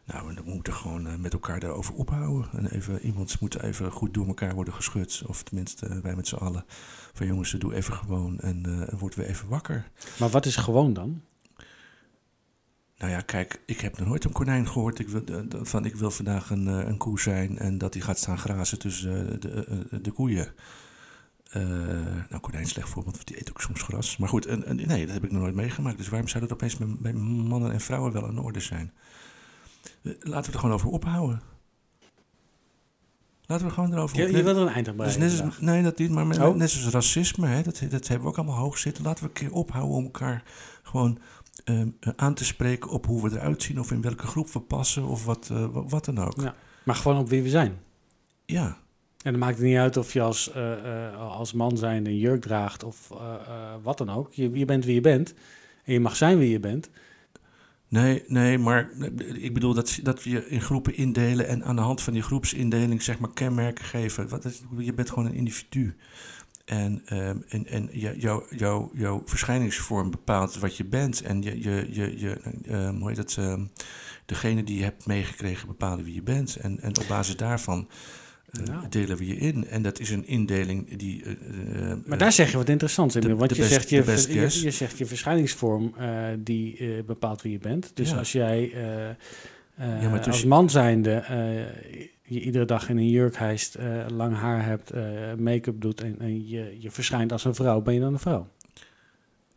B: Nou, en dan moeten we gewoon eh, met elkaar daarover ophouden. En even, iemand moet even goed door elkaar worden geschud. Of tenminste, eh, wij met z'n allen. Van jongens, doe even gewoon en eh word weer even wakker.
A: Maar wat is gewoon dan?
B: Nou ja, kijk, ik heb nog nooit een konijn gehoord. Ik wil, eh, d- van ik wil vandaag een, eh, een koe zijn en dat die gaat staan grazen tussen eh, de, eh, de koeien. Eh, nou, konijn is een slecht voorbeeld, want die eet ook soms gras. Maar goed, en, en- nee, dat heb ik nog nooit meegemaakt. Dus waarom zou dat opeens bij, bij mannen en vrouwen wel in orde zijn? Eh, Laten we er gewoon over ophouden. Laten we gewoon erover
A: Je, je
B: ophouden.
A: wil er een eind aan
B: Dat is
A: breien
B: Dus net als,
A: vandaag.
B: nee, dat niet, maar met-
A: Oh.
B: net zoals racisme, hè, dat, dat hebben we ook allemaal hoog zitten. Laten we een keer ophouden om elkaar gewoon ehm, eh, aan te spreken op hoe we eruit zien of in welke groep we passen of wat, eh, wa- wat dan ook.
A: Ja. Maar gewoon op wie we zijn.
B: Ja,
A: En dan maakt het niet uit of je als, eh, eh, als man zijnde een jurk draagt of eh, eh, wat dan ook. Je, je bent wie je bent. En je mag zijn wie je bent.
B: nee, nee, maar ik bedoel dat, dat we je in groepen indelen en aan de hand van die groepsindeling zeg maar kenmerken geven. Wat, is- je bent gewoon een individu. En, ehm, en, en jou- jouw jouw jouw verschijningsvorm bepaalt wat je bent. En je, je, je, je ehm, hoe heet dat, ehm, degene die je hebt meegekregen bepalen wie je bent. En, en op basis daarvan eh,
A: Nou.
B: delen we je in. En dat is een indeling die... eh, eh,
A: Maar daar zeg je wat interessants in.
B: de-
A: want
B: de
A: je,
B: best-
A: zegt
B: de
A: je,
B: best
A: ver- je,
B: guess.
A: je zegt je verschijningsvorm eh, die eh, bepaalt wie je bent. Dus
B: Ja.
A: als jij eh, eh,
B: Ja, maar toen
A: als
B: je-
A: man zijnde eh, je iedere dag in een jurk hijst, eh, lang haar hebt, eh, make-up doet en, en je, je verschijnt als een vrouw, ben je dan een vrouw?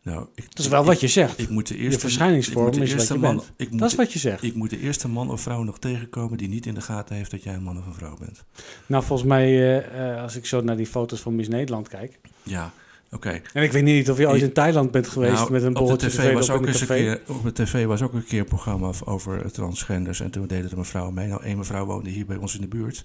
B: nou, ik,
A: Dat is wel wat je zegt.
B: Ik moet de eerste,
A: verschijningsvorm
B: ik moet de
A: is wat
B: eerste
A: je
B: man,
A: bent.
B: Ik moet,
A: Dat is wat je zegt.
B: ik moet de eerste man of vrouw nog tegenkomen die niet in de gaten heeft dat jij een man of een vrouw bent.
A: Nou, volgens mij, eh, eh, als ik zo naar die foto's van Miss Nederland kijk.
B: Ja, oké.
A: En ik weet niet of je ooit
B: Je-
A: in Thailand bent geweest
B: Nou,
A: met een
B: op
A: borreltje
B: de tv
A: tevreden
B: was
A: op
B: ook
A: een
B: eens een
A: café.
B: keer op de tv was ook een keer een programma over transgenders en toen deden er mevrouw mee. Nou, één mevrouw woonde hier bij ons in de buurt.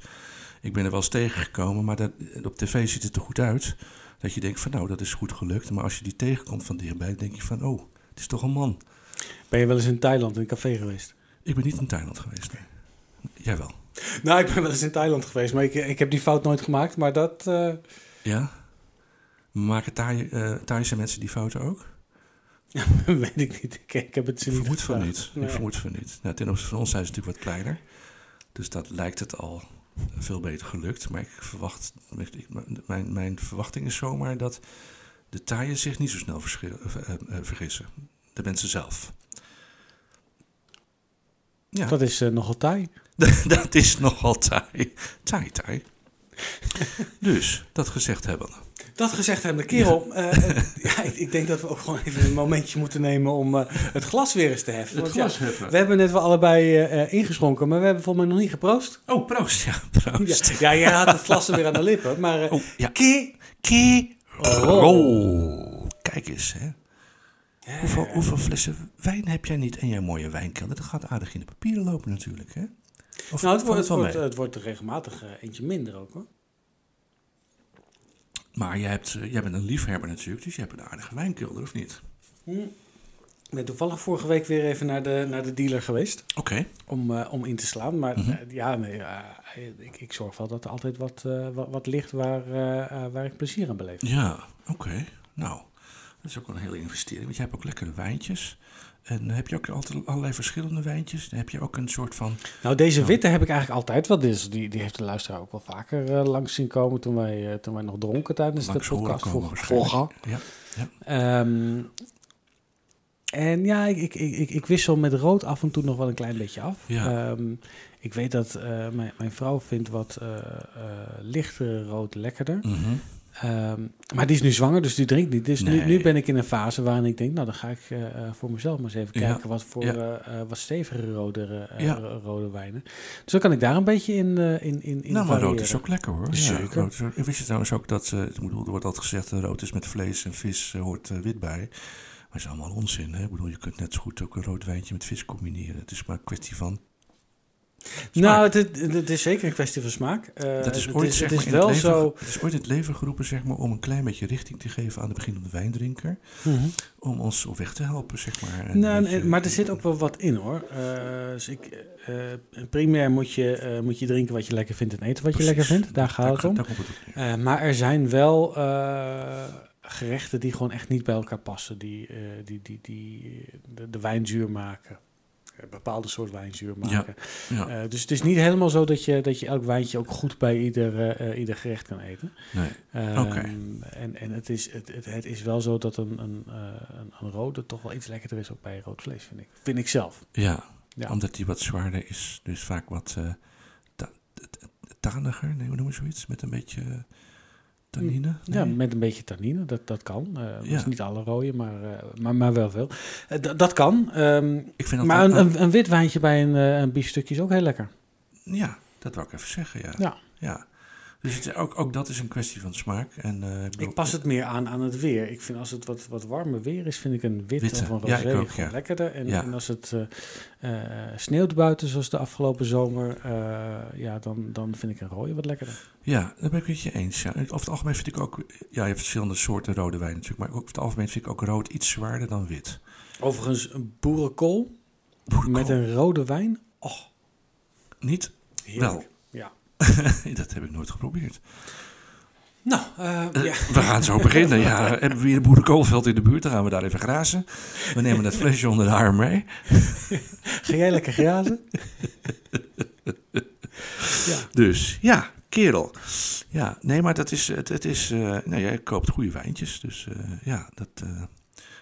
B: Ik ben er wel eens tegengekomen, maar dat, op tv ziet het er goed uit dat je denkt van nou dat is goed gelukt, maar als je die tegenkomt van dichtbij, dan denk je van oh, het is toch een man.
A: Ben je wel eens in Thailand in een café geweest?
B: Ik ben niet in Thailand geweest. nee. Jij wel?
A: Nou, ik ben wel eens in Thailand geweest, maar ik, ik heb die fout nooit gemaakt. Maar dat. eh,
B: Ja. Maken Thaï, eh, Thaise mensen die fouten ook?
A: weet ik niet. Ik, ik heb het ze
B: Ik
A: niet
B: vermoed van
A: gevraagd.
B: niet.
A: Nee.
B: Ik vermoed van niet. Nou, ten opzichte van ons zijn ze natuurlijk wat kleiner. Dus dat lijkt het al veel beter gelukt. Maar ik verwacht, ik, mijn, mijn verwachting is zomaar dat de Thaien zich niet zo snel verschil- eh, eh, vergissen. De mensen zelf. Ja, dat,
A: Dat is eh, nogal Thai.
B: is nogal Thai. Thai, Thai. dus, dat gezegd hebben.
A: Dat gezegd hebben, kerel. eh, eh, ja, ik, ik denk dat we ook gewoon even een momentje moeten nemen om eh, het glas weer eens te heffen. Want ja, we hebben net wel allebei eh, eh, ingeschonken, maar we hebben volgens mij nog niet geproost.
B: Oh, proost. Ja, proost.
A: Ja, ja, jij had het glas er weer aan de lippen. Maar eh,
B: Oh, ja.
A: ke-
B: Kerol. Kijk eens, hè. Hoeveel, hoeveel flessen wijn heb jij niet in jouw mooie wijnkelder? Dat gaat aardig in de papieren lopen natuurlijk, hè? Of
A: Nou, het
B: valt
A: wordt, het,
B: wel
A: wordt,
B: mee?
A: het wordt er regelmatig eh, eentje minder ook hoor.
B: Maar jij, hebt, eh, jij bent een liefhebber natuurlijk, dus je hebt een aardige wijnkelder, of niet?
A: Ik ben toevallig vorige week weer even naar de, naar de dealer geweest.
B: Oké.
A: om, eh, om in te slaan. Maar
B: Mhm.
A: eh, ja, nee, ja, ik, ik zorg wel dat er altijd wat, eh, wat, wat ligt waar, eh, eh, waar ik plezier aan beleef.
B: Ja, oké. Nou, Dat is ook wel een hele investering, want jij hebt ook lekkere wijntjes. En heb je ook altijd allerlei verschillende wijntjes? Dan heb je ook een soort van...
A: Nou, deze witte heb ik eigenlijk altijd wel. Dus die, die heeft de luisteraar ook wel vaker eh, langs zien komen toen wij, eh, toen wij nog dronken tijdens
B: Langs
A: de
B: horen
A: podcast.
B: komen
A: Volg-
B: waarschijnlijk.
A: volgen.
B: Ja, ja.
A: Ehm, en ja, ik, ik, ik, ik, ik wissel met rood af en toe nog wel een klein beetje af.
B: Ja.
A: Ehm, ik weet dat eh, mijn, mijn vrouw vindt wat eh eh, lichtere rood lekkerder.
B: Mhm.
A: Ehm, maar die is nu zwanger, dus die drinkt niet. Dus nu,
B: Nee.
A: nu ben ik in een fase waarin ik denk, nou dan ga ik eh, eh, voor mezelf maar eens even
B: Ja.
A: kijken wat voor
B: Ja.
A: eh, eh, wat stevige rode, eh,
B: Ja.
A: ro- rode wijnen. Dus dan kan ik daar een beetje in eh, in in, in
B: Nou, maar rood
A: variëren.
B: is ook lekker hoor.
A: Zeker.
B: Ja, rood is ook- Ik wist je trouwens ook dat, eh, ik bedoel, er wordt altijd gezegd, eh, rood is met vlees en vis eh, hoort eh, wit bij. Maar dat is allemaal onzin. Hè? Ik bedoel, je kunt net zo goed ook een rood wijntje met vis combineren. Het is maar een kwestie van...
A: Nou, het, het, het is zeker een kwestie van smaak. Eh,
B: dat is
A: het
B: ooit,
A: is,
B: zeg
A: het
B: maar,
A: is
B: in het
A: wel
B: leven,
A: zo.
B: het is ooit in het leven geroepen zeg maar, om een klein beetje richting te geven aan de beginnende wijndrinker.
A: Mhm.
B: Om ons op weg te helpen, zeg maar. En
A: Nou, nee,
B: een beetje- eh,
A: maar er zit ook wel wat in hoor. Eh, dus ik, eh, primair moet je, eh, moet je drinken wat je lekker vindt en eten wat
B: Precies.
A: je lekker vindt. Daar gaat het om.
B: Daar komt het op neer.
A: Eh, maar er zijn wel eh, gerechten die gewoon echt niet bij elkaar passen. Die, eh, die, die, die eh, de, de wijn zuur maken. Een bepaalde soort wijn zuur maken.
B: Ja,
A: Eh, dus het is niet helemaal zo dat je, dat je elk wijntje ook goed bij ieder, eh, eh, ieder gerecht kan eten.
B: nee.
A: Ehm,
B: Oké.
A: En, en het, is, het, het, het is wel zo dat een, een, eh, een, een rode toch wel iets lekkerder is ook bij rood vlees, vind ik. Vind ik zelf.
B: Ja,
A: Ja.
B: omdat die wat zwaarder is. Dus vaak wat eh, ta- t- t- taniger, nee, hoe noem je zoiets? Met een beetje eh, tannine?
A: Ja,
B: Nee?
A: met een beetje tannine, dat, dat kan. Eh, dat
B: Ja.
A: is niet alle rode, maar, eh, maar, maar wel veel. Eh, d- dat kan. Ehm,
B: ik vind
A: maar
B: altijd
A: een,
B: wel-
A: een, een wit wijntje bij een, eh, een biefstukje is ook heel lekker.
B: Ja, dat wou ik even zeggen, ja.
A: Ja.
B: Dus het, is ook, ook dat is een kwestie van smaak. En, eh, bedoel-
A: Ik pas het meer aan aan het weer. Ik vind als het wat, wat warmer weer is, vind ik een wit
B: Witte.
A: of een
B: Ja,
A: rosé
B: ik ook,
A: gewoon
B: ja.
A: lekkerder. En,
B: Ja.
A: en als het eh, eh, sneeuwt buiten, zoals de afgelopen zomer, eh, ja, dan, dan vind ik een rode wat lekkerder.
B: Ja, daar ben ik het met je eens. Ja. En Over het algemeen vind ik ook... Ja, je hebt verschillende soorten rode wijn natuurlijk. Maar ook over het algemeen vind ik ook rood iets zwaarder dan wit.
A: Overigens, een boerenkool, met
B: Boerenkool.
A: een rode wijn. Nou. Oh,
B: Niet?
A: heerlijk.
B: Wel.
A: Ja.
B: dat heb ik nooit geprobeerd.
A: Nou, eh, ja.
B: We gaan zo beginnen. Ja, hebben we hier een boerenkoolveld in de buurt, dan gaan we daar even grazen. We nemen het flesje onder de arm mee.
A: ga jij lekker grazen? ja.
B: Dus ja, kerel. Ja, nee, maar dat is, het, het is, eh, nou jij koopt goede wijntjes, dus eh, ja, dat. eh,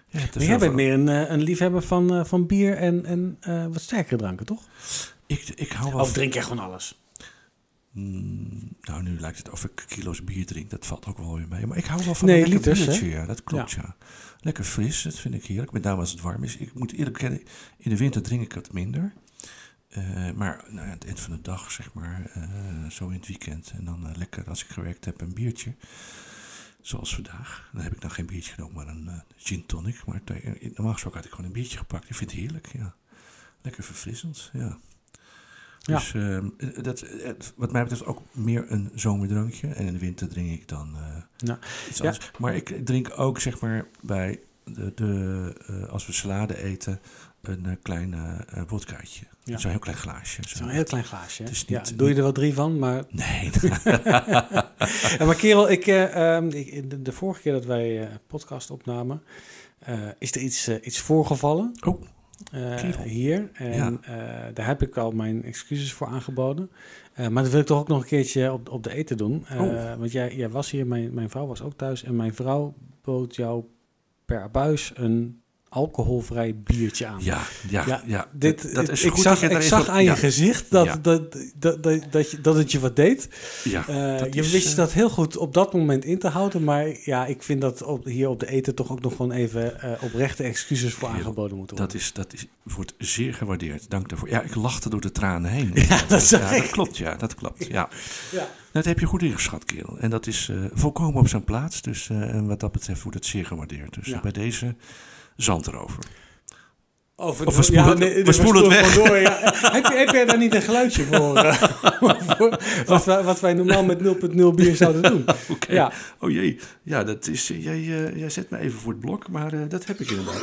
B: ja, het is
A: Maar jij
B: wel
A: bent
B: voor-
A: meer een, eh, een liefhebber van, eh, van bier en, en eh, wat sterkere dranken, toch?
B: Ik, ik hou wel.
A: Of drink jij gewoon alles?
B: Mm, nou, nu lijkt het of ik kilo's bier drink, dat valt ook wel weer mee. Maar ik hou wel van
A: Nee,
B: een lekker
A: liters,
B: biertje, ja, dat klopt, ja. Lekker fris, dat vind ik heerlijk, met name als het warm is. Ik moet eerlijk kennen, in de winter drink ik het minder. Eh, maar nou, ja, aan het eind van de dag, zeg maar, eh, zo in het weekend. En dan eh, lekker, als ik gewerkt heb, een biertje. Zoals vandaag. Dan heb ik dan geen biertje genomen, maar een eh, gin tonic. Maar te- eh, normaal gesproken had ik gewoon een biertje gepakt. Ik vind het heerlijk, ja. Lekker verfrissend, ja.
A: Ja.
B: Dus ehm, eh, dat, eh, wat mij betreft ook meer een zomerdrankje. En in de winter drink ik dan eh,
A: Ja.
B: iets
A: Ja.
B: anders. Maar ik drink ook, zeg maar, bij de, de, eh, als we salade eten, een eh, klein eh, eh, vodkaatje.
A: Ja.
B: Zo'n heel klein glaasje. zo.
A: Zo'n heel klein glaasje. hè?
B: Het is niet-
A: ja, doe je er wel drie van, maar
B: Nee,
A: Ja, maar kerel, ik, eh, ehm, ik- de, de vorige keer dat wij eh, een podcast opnamen, eh, is er iets, eh, iets voorgevallen
B: Oh,
A: eh,
B: kerel.
A: hier. En
B: Ja.
A: eh, daar heb ik al mijn excuses voor aangeboden. Eh, maar dat wil ik toch ook nog een keertje op, op de eten doen. Eh,
B: Oh.
A: Want jij, jij was hier, mijn, mijn vrouw was ook thuis. En mijn vrouw bood jou per buis een alcoholvrij biertje aan.
B: ja, ja,
A: Ja,
B: ja.
A: Dit,
B: dat is
A: ik
B: goed
A: zag,
B: dat je daar
A: ik
B: even
A: zag
B: op-
A: aan
B: ja,
A: je gezicht dat,
B: Ja.
A: dat, dat, dat, dat, je, dat het je wat deed.
B: Ja,
A: Eh,
B: dat
A: je
B: is,
A: wist
B: eh,
A: dat heel goed op dat moment in te houden. Maar ja, ik vind dat op, hier op de eten toch ook nog gewoon even eh, oprechte excuses voor
B: Heel-
A: aangeboden moeten
B: Dat,
A: worden.
B: is, dat is, wordt zeer gewaardeerd. Dank daarvoor. Ja, ik lachte door de tranen heen.
A: Ja, dat zag ik.
B: dat klopt, ja, dat klopt. Ja.
A: Ja.
B: Dat heb je goed ingeschat, kerel. En dat is eh, volkomen op zijn plaats. Dus eh, en wat dat betreft wordt het zeer gewaardeerd. Dus
A: Ja.
B: eh, bij deze zand erover.
A: Over,
B: Of we spoelen het- we spoelen het weg.
A: gewoon door, ja. heb, je- heb jij daar niet een geluidje voor? eh, voor wat, wij- wat wij normaal met 0.0 bier zouden doen.
B: Oké.
A: Ja.
B: Oh jee. Ja, dat is, eh, jij, eh, jij zet me even voor het blok, maar eh, dat heb ik inderdaad.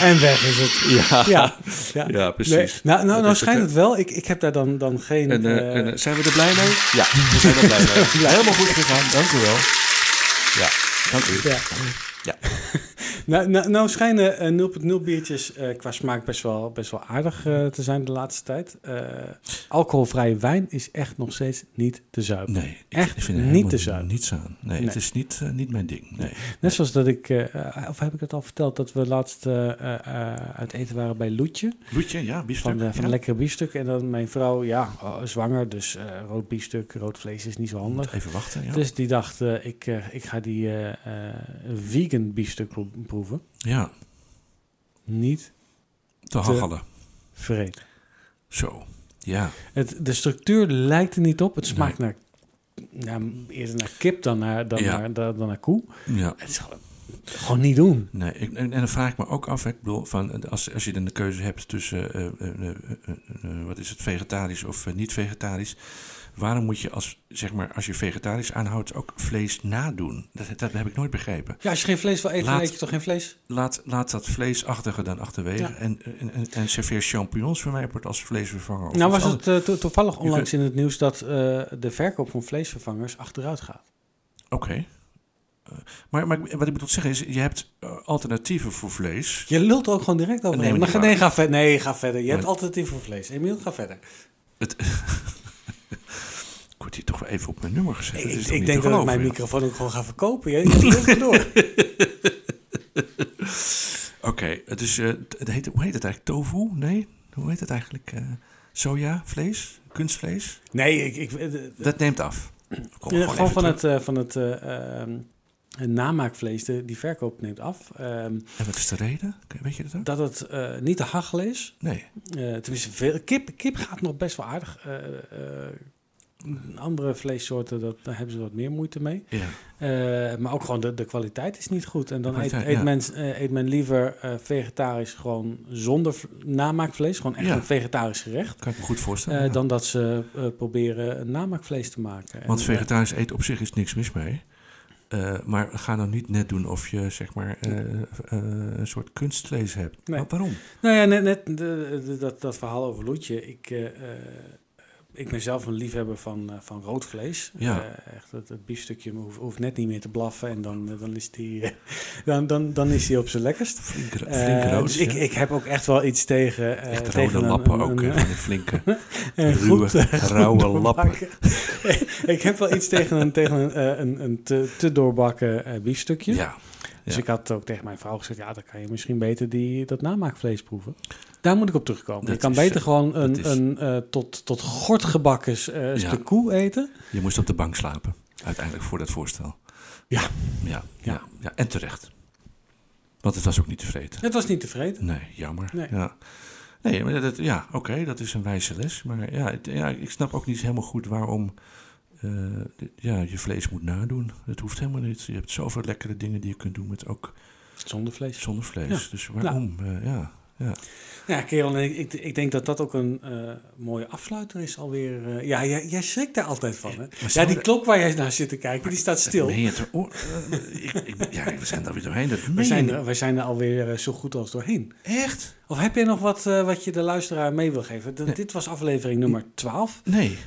A: En weg is het. Ja, ja,
B: Ja, precies.
A: nou, nou,
B: Dat
A: nou
B: is
A: schijnt
B: het,
A: het wel. Ik, ik heb daar dan, dan geen...
B: En, eh,
A: eh,
B: en, eh, zijn we er blij mee? Ja, we zijn er blij mee. Helemaal goed gegaan, dank u wel. Ja, dank u.
A: Ja.
B: Ja.
A: nou, nou, nou schijnen eh, 0.0 biertjes eh, qua smaak best wel, best wel aardig eh, te zijn de laatste tijd. Eh, alcoholvrije wijn is echt nog steeds niet te zuipen.
B: Nee, ik,
A: Echt
B: ik vind er
A: niet
B: helemaal
A: te zuipen.
B: Niets aan. Nee,
A: Nee.
B: het is niet, eh, niet mijn ding. Nee.
A: Net zoals dat ik, eh, eh, of heb ik het al verteld, dat we laatst eh, eh, eh, uit eten waren bij Loetje.
B: Bloedje, ja, biefstuk.
A: Van, de, van
B: ja.
A: lekkere biefstuk. En dan mijn vrouw, ja, oh, zwanger, dus eh, rood biefstuk, rood vlees is niet zo handig.
B: Even wachten, ja.
A: Dus die dacht, eh, ik, eh, ik ga die eh, eh, vegan biefstuk pro- proeven.
B: ja,
A: Niet
B: te haggelen.
A: vreed.
B: Zo, ja.
A: Het, de structuur lijkt er niet op. Het smaakt naar, ja, eerder naar kip dan naar, dan,
B: Ja.
A: naar, dan, dan naar koe.
B: ja.
A: Het is gewoon, gewoon niet doen.
B: Nee, ik- en, en dan vraag ik me ook af, hè, ik bedoel, van, eh, als, als je dan de keuze hebt tussen, eh, eh, eh, eh, eh, wat is het, vegetarisch of eh, niet vegetarisch, waarom moet je als, zeg maar, als je vegetarisch aanhoudt ook vlees nadoen? Dat, dat heb ik nooit begrepen.
A: Ja, als je geen vlees wil eten,
B: Laat-
A: dan eet je toch geen vlees?
B: Laat, laat dat vleesachtige dan achterwege
A: Ja.
B: en, en, en, en serveer champignons voor mij wordt als vleesvervanger. of
A: nou
B: iets
A: was
B: anders.
A: het eh, to- toevallig
B: kunt-
A: onlangs in het nieuws dat eh, de verkoop van vleesvervangers achteruit gaat.
B: Oké. Eh, maar, maar wat ik bedoel te zeggen is, je hebt eh, alternatieven voor vlees.
A: Je lult er ook gewoon direct over.
B: Nee, maar
A: maar
B: niet
A: ga-
B: waar.
A: nee, ga verder. Nee, ga verder. Je hebt
B: Nee.
A: alternatief voor vlees. Emiel, ga verder.
B: Ik word hier toch wel even op mijn nummer gezet.
A: Ik,
B: is
A: ik,
B: toch niet
A: denk
B: te
A: dat ik mijn
B: geloven, joh.
A: microfoon ook gewoon ga verkopen. Je je lult er door.
B: Oké, het is, eh, t- het heet, hoe heet het eigenlijk? Tofu? Nee? Hoe heet het eigenlijk? eh soja? Vlees? Kunstvlees?
A: Nee, ik, ik, eh, eh,
B: Dat neemt af. Kom
A: Ja, gewoon,
B: even
A: van,
B: terug.
A: het, eh, van het eh, ehm, namaakvlees, de, die verkoop neemt af. Ehm,
B: En wat is de reden? K- Weet je dat ook?
A: dat het eh, niet te hachel is.
B: Nee.
A: Eh, tenminste, veel, kip, kip gaat nog best wel aardig. Eh, eh, andere vleessoorten, dat, daar hebben ze wat meer moeite mee.
B: Ja.
A: Eh, maar ook gewoon de, de kwaliteit is niet goed. En dan
B: De
A: eet,
B: kwaliteit,
A: eet
B: ja.
A: men, eh, eet men liever eh, vegetarisch gewoon zonder v- namaakvlees. Gewoon echt
B: Ja.
A: een vegetarisch gerecht.
B: Kan ik me goed voorstellen.
A: eh,
B: ja.
A: Dan dat ze eh, proberen een namaakvlees te maken. En,
B: Want
A: eh,
B: vegetarisch eten op zich is niks mis mee. Eh, maar ga nou niet net doen of je zeg maar eh, eh, een soort kunstvlees hebt.
A: Nee.
B: Maar waarom?
A: Nou ja, net, net de- de- dat, dat verhaal over Loetje. Ik, eh, eh, ik ben zelf een liefhebber van, eh, van rood vlees.
B: Ja.
A: Eh, echt, het, het biefstukje hoeft, hoeft net niet meer te blaffen en dan, dan is die, eh, dan, dan, dan is die op zijn lekkerst.
B: Flinke, flinke
A: Eh,
B: rood,
A: dus ik,
B: ja.
A: ik heb ook echt wel iets tegen. eh
B: Echt
A: tegen
B: rode
A: een-
B: lappen
A: een-
B: ook.
A: een-
B: hè, van die flinke,
A: een
B: ruwe,
A: goed, eh,
B: rauwe
A: goed
B: lappen.
A: doorbakken. ik heb wel iets tegen een, tegen een, eh, een, een te, te doorbakken eh, biefstukje.
B: Ja.
A: Dus
B: Ja.
A: ik had ook tegen mijn vrouw gezegd: ja, dan kan je misschien beter die, dat namaakvlees proeven. Daar moet ik op terugkomen.
B: Dat
A: je kan
B: is,
A: beter
B: eh,
A: gewoon een,
B: dat is-
A: een eh, tot, tot gort gebakken s- eh, stuk koe eten.
B: Je moest op de bank slapen, uiteindelijk voor dat voorstel.
A: Ja.
B: Ja, ja.
A: Ja.
B: ja, en terecht. Want het was ook niet tevreden.
A: Het was niet tevreden.
B: Nee, jammer.
A: Nee.
B: Ja. Nee, maar dat, ja, oké, dat is een wijze les. Maar ja, het- ja, ik snap ook niet helemaal goed waarom eh, dit- ja, je vlees moet nadoen. Dat hoeft helemaal niet. Je hebt zoveel lekkere dingen die je kunt doen met ook
A: Zonder vlees.
B: zonder vlees. Dus waarom?
A: Nou.
B: Eh, ja, ja.
A: Ja, kerel, en ik, ik, ik denk dat dat ook een eh, mooie afsluiter is alweer. eh, ja, jij, jij schrikt daar altijd van. Hè? Ja,
B: zou
A: die
B: er-
A: klok waar jij naar zit te kijken, die staat stil.
B: Meen je het er- oh, eh, ik, ik, ja, we zijn daar weer doorheen. Dat
A: We
B: meen
A: zijn,
B: je
A: er, we zijn er alweer eh, zo goed als doorheen.
B: niet. Echt?
A: Of heb je nog wat eh, wat je de luisteraar mee wil geven? D- Dit was aflevering nummer 12.
B: Nee. Nou,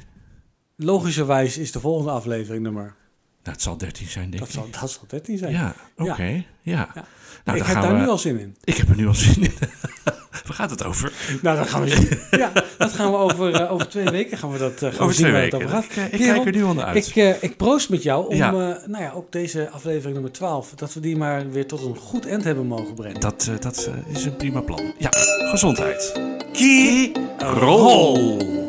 A: Logischerwijs is de volgende aflevering nummer.
B: Nou, het zal 13 zijn, denk
A: Dat
B: ik.
A: zal, dat zal 13 zijn.
B: Ja, oké.
A: Ja.
B: Ja.
A: Ja.
B: Nou,
A: ik
B: dan
A: heb
B: gaan
A: daar
B: we...
A: nu al zin in.
B: Ik heb er nu al zin in. Waar gaat het over?
A: Nou, dan gaan we zien. ja, dat gaan we over, eh, over twee weken gaan we dat eh, gaan we
B: Over
A: zien
B: twee
A: waar het
B: weken.
A: over gaat.
B: Ik, eh, ik
A: Kerel,
B: kijk er nu al naar uit.
A: Ik, eh, ik proost met jou om
B: Ja.
A: eh, nou ja, ook deze aflevering nummer 12, dat we die maar weer tot een goed eind hebben mogen brengen.
B: Dat, eh, dat eh, is een prima plan. Ja, gezondheid.
A: Kie
B: Rol.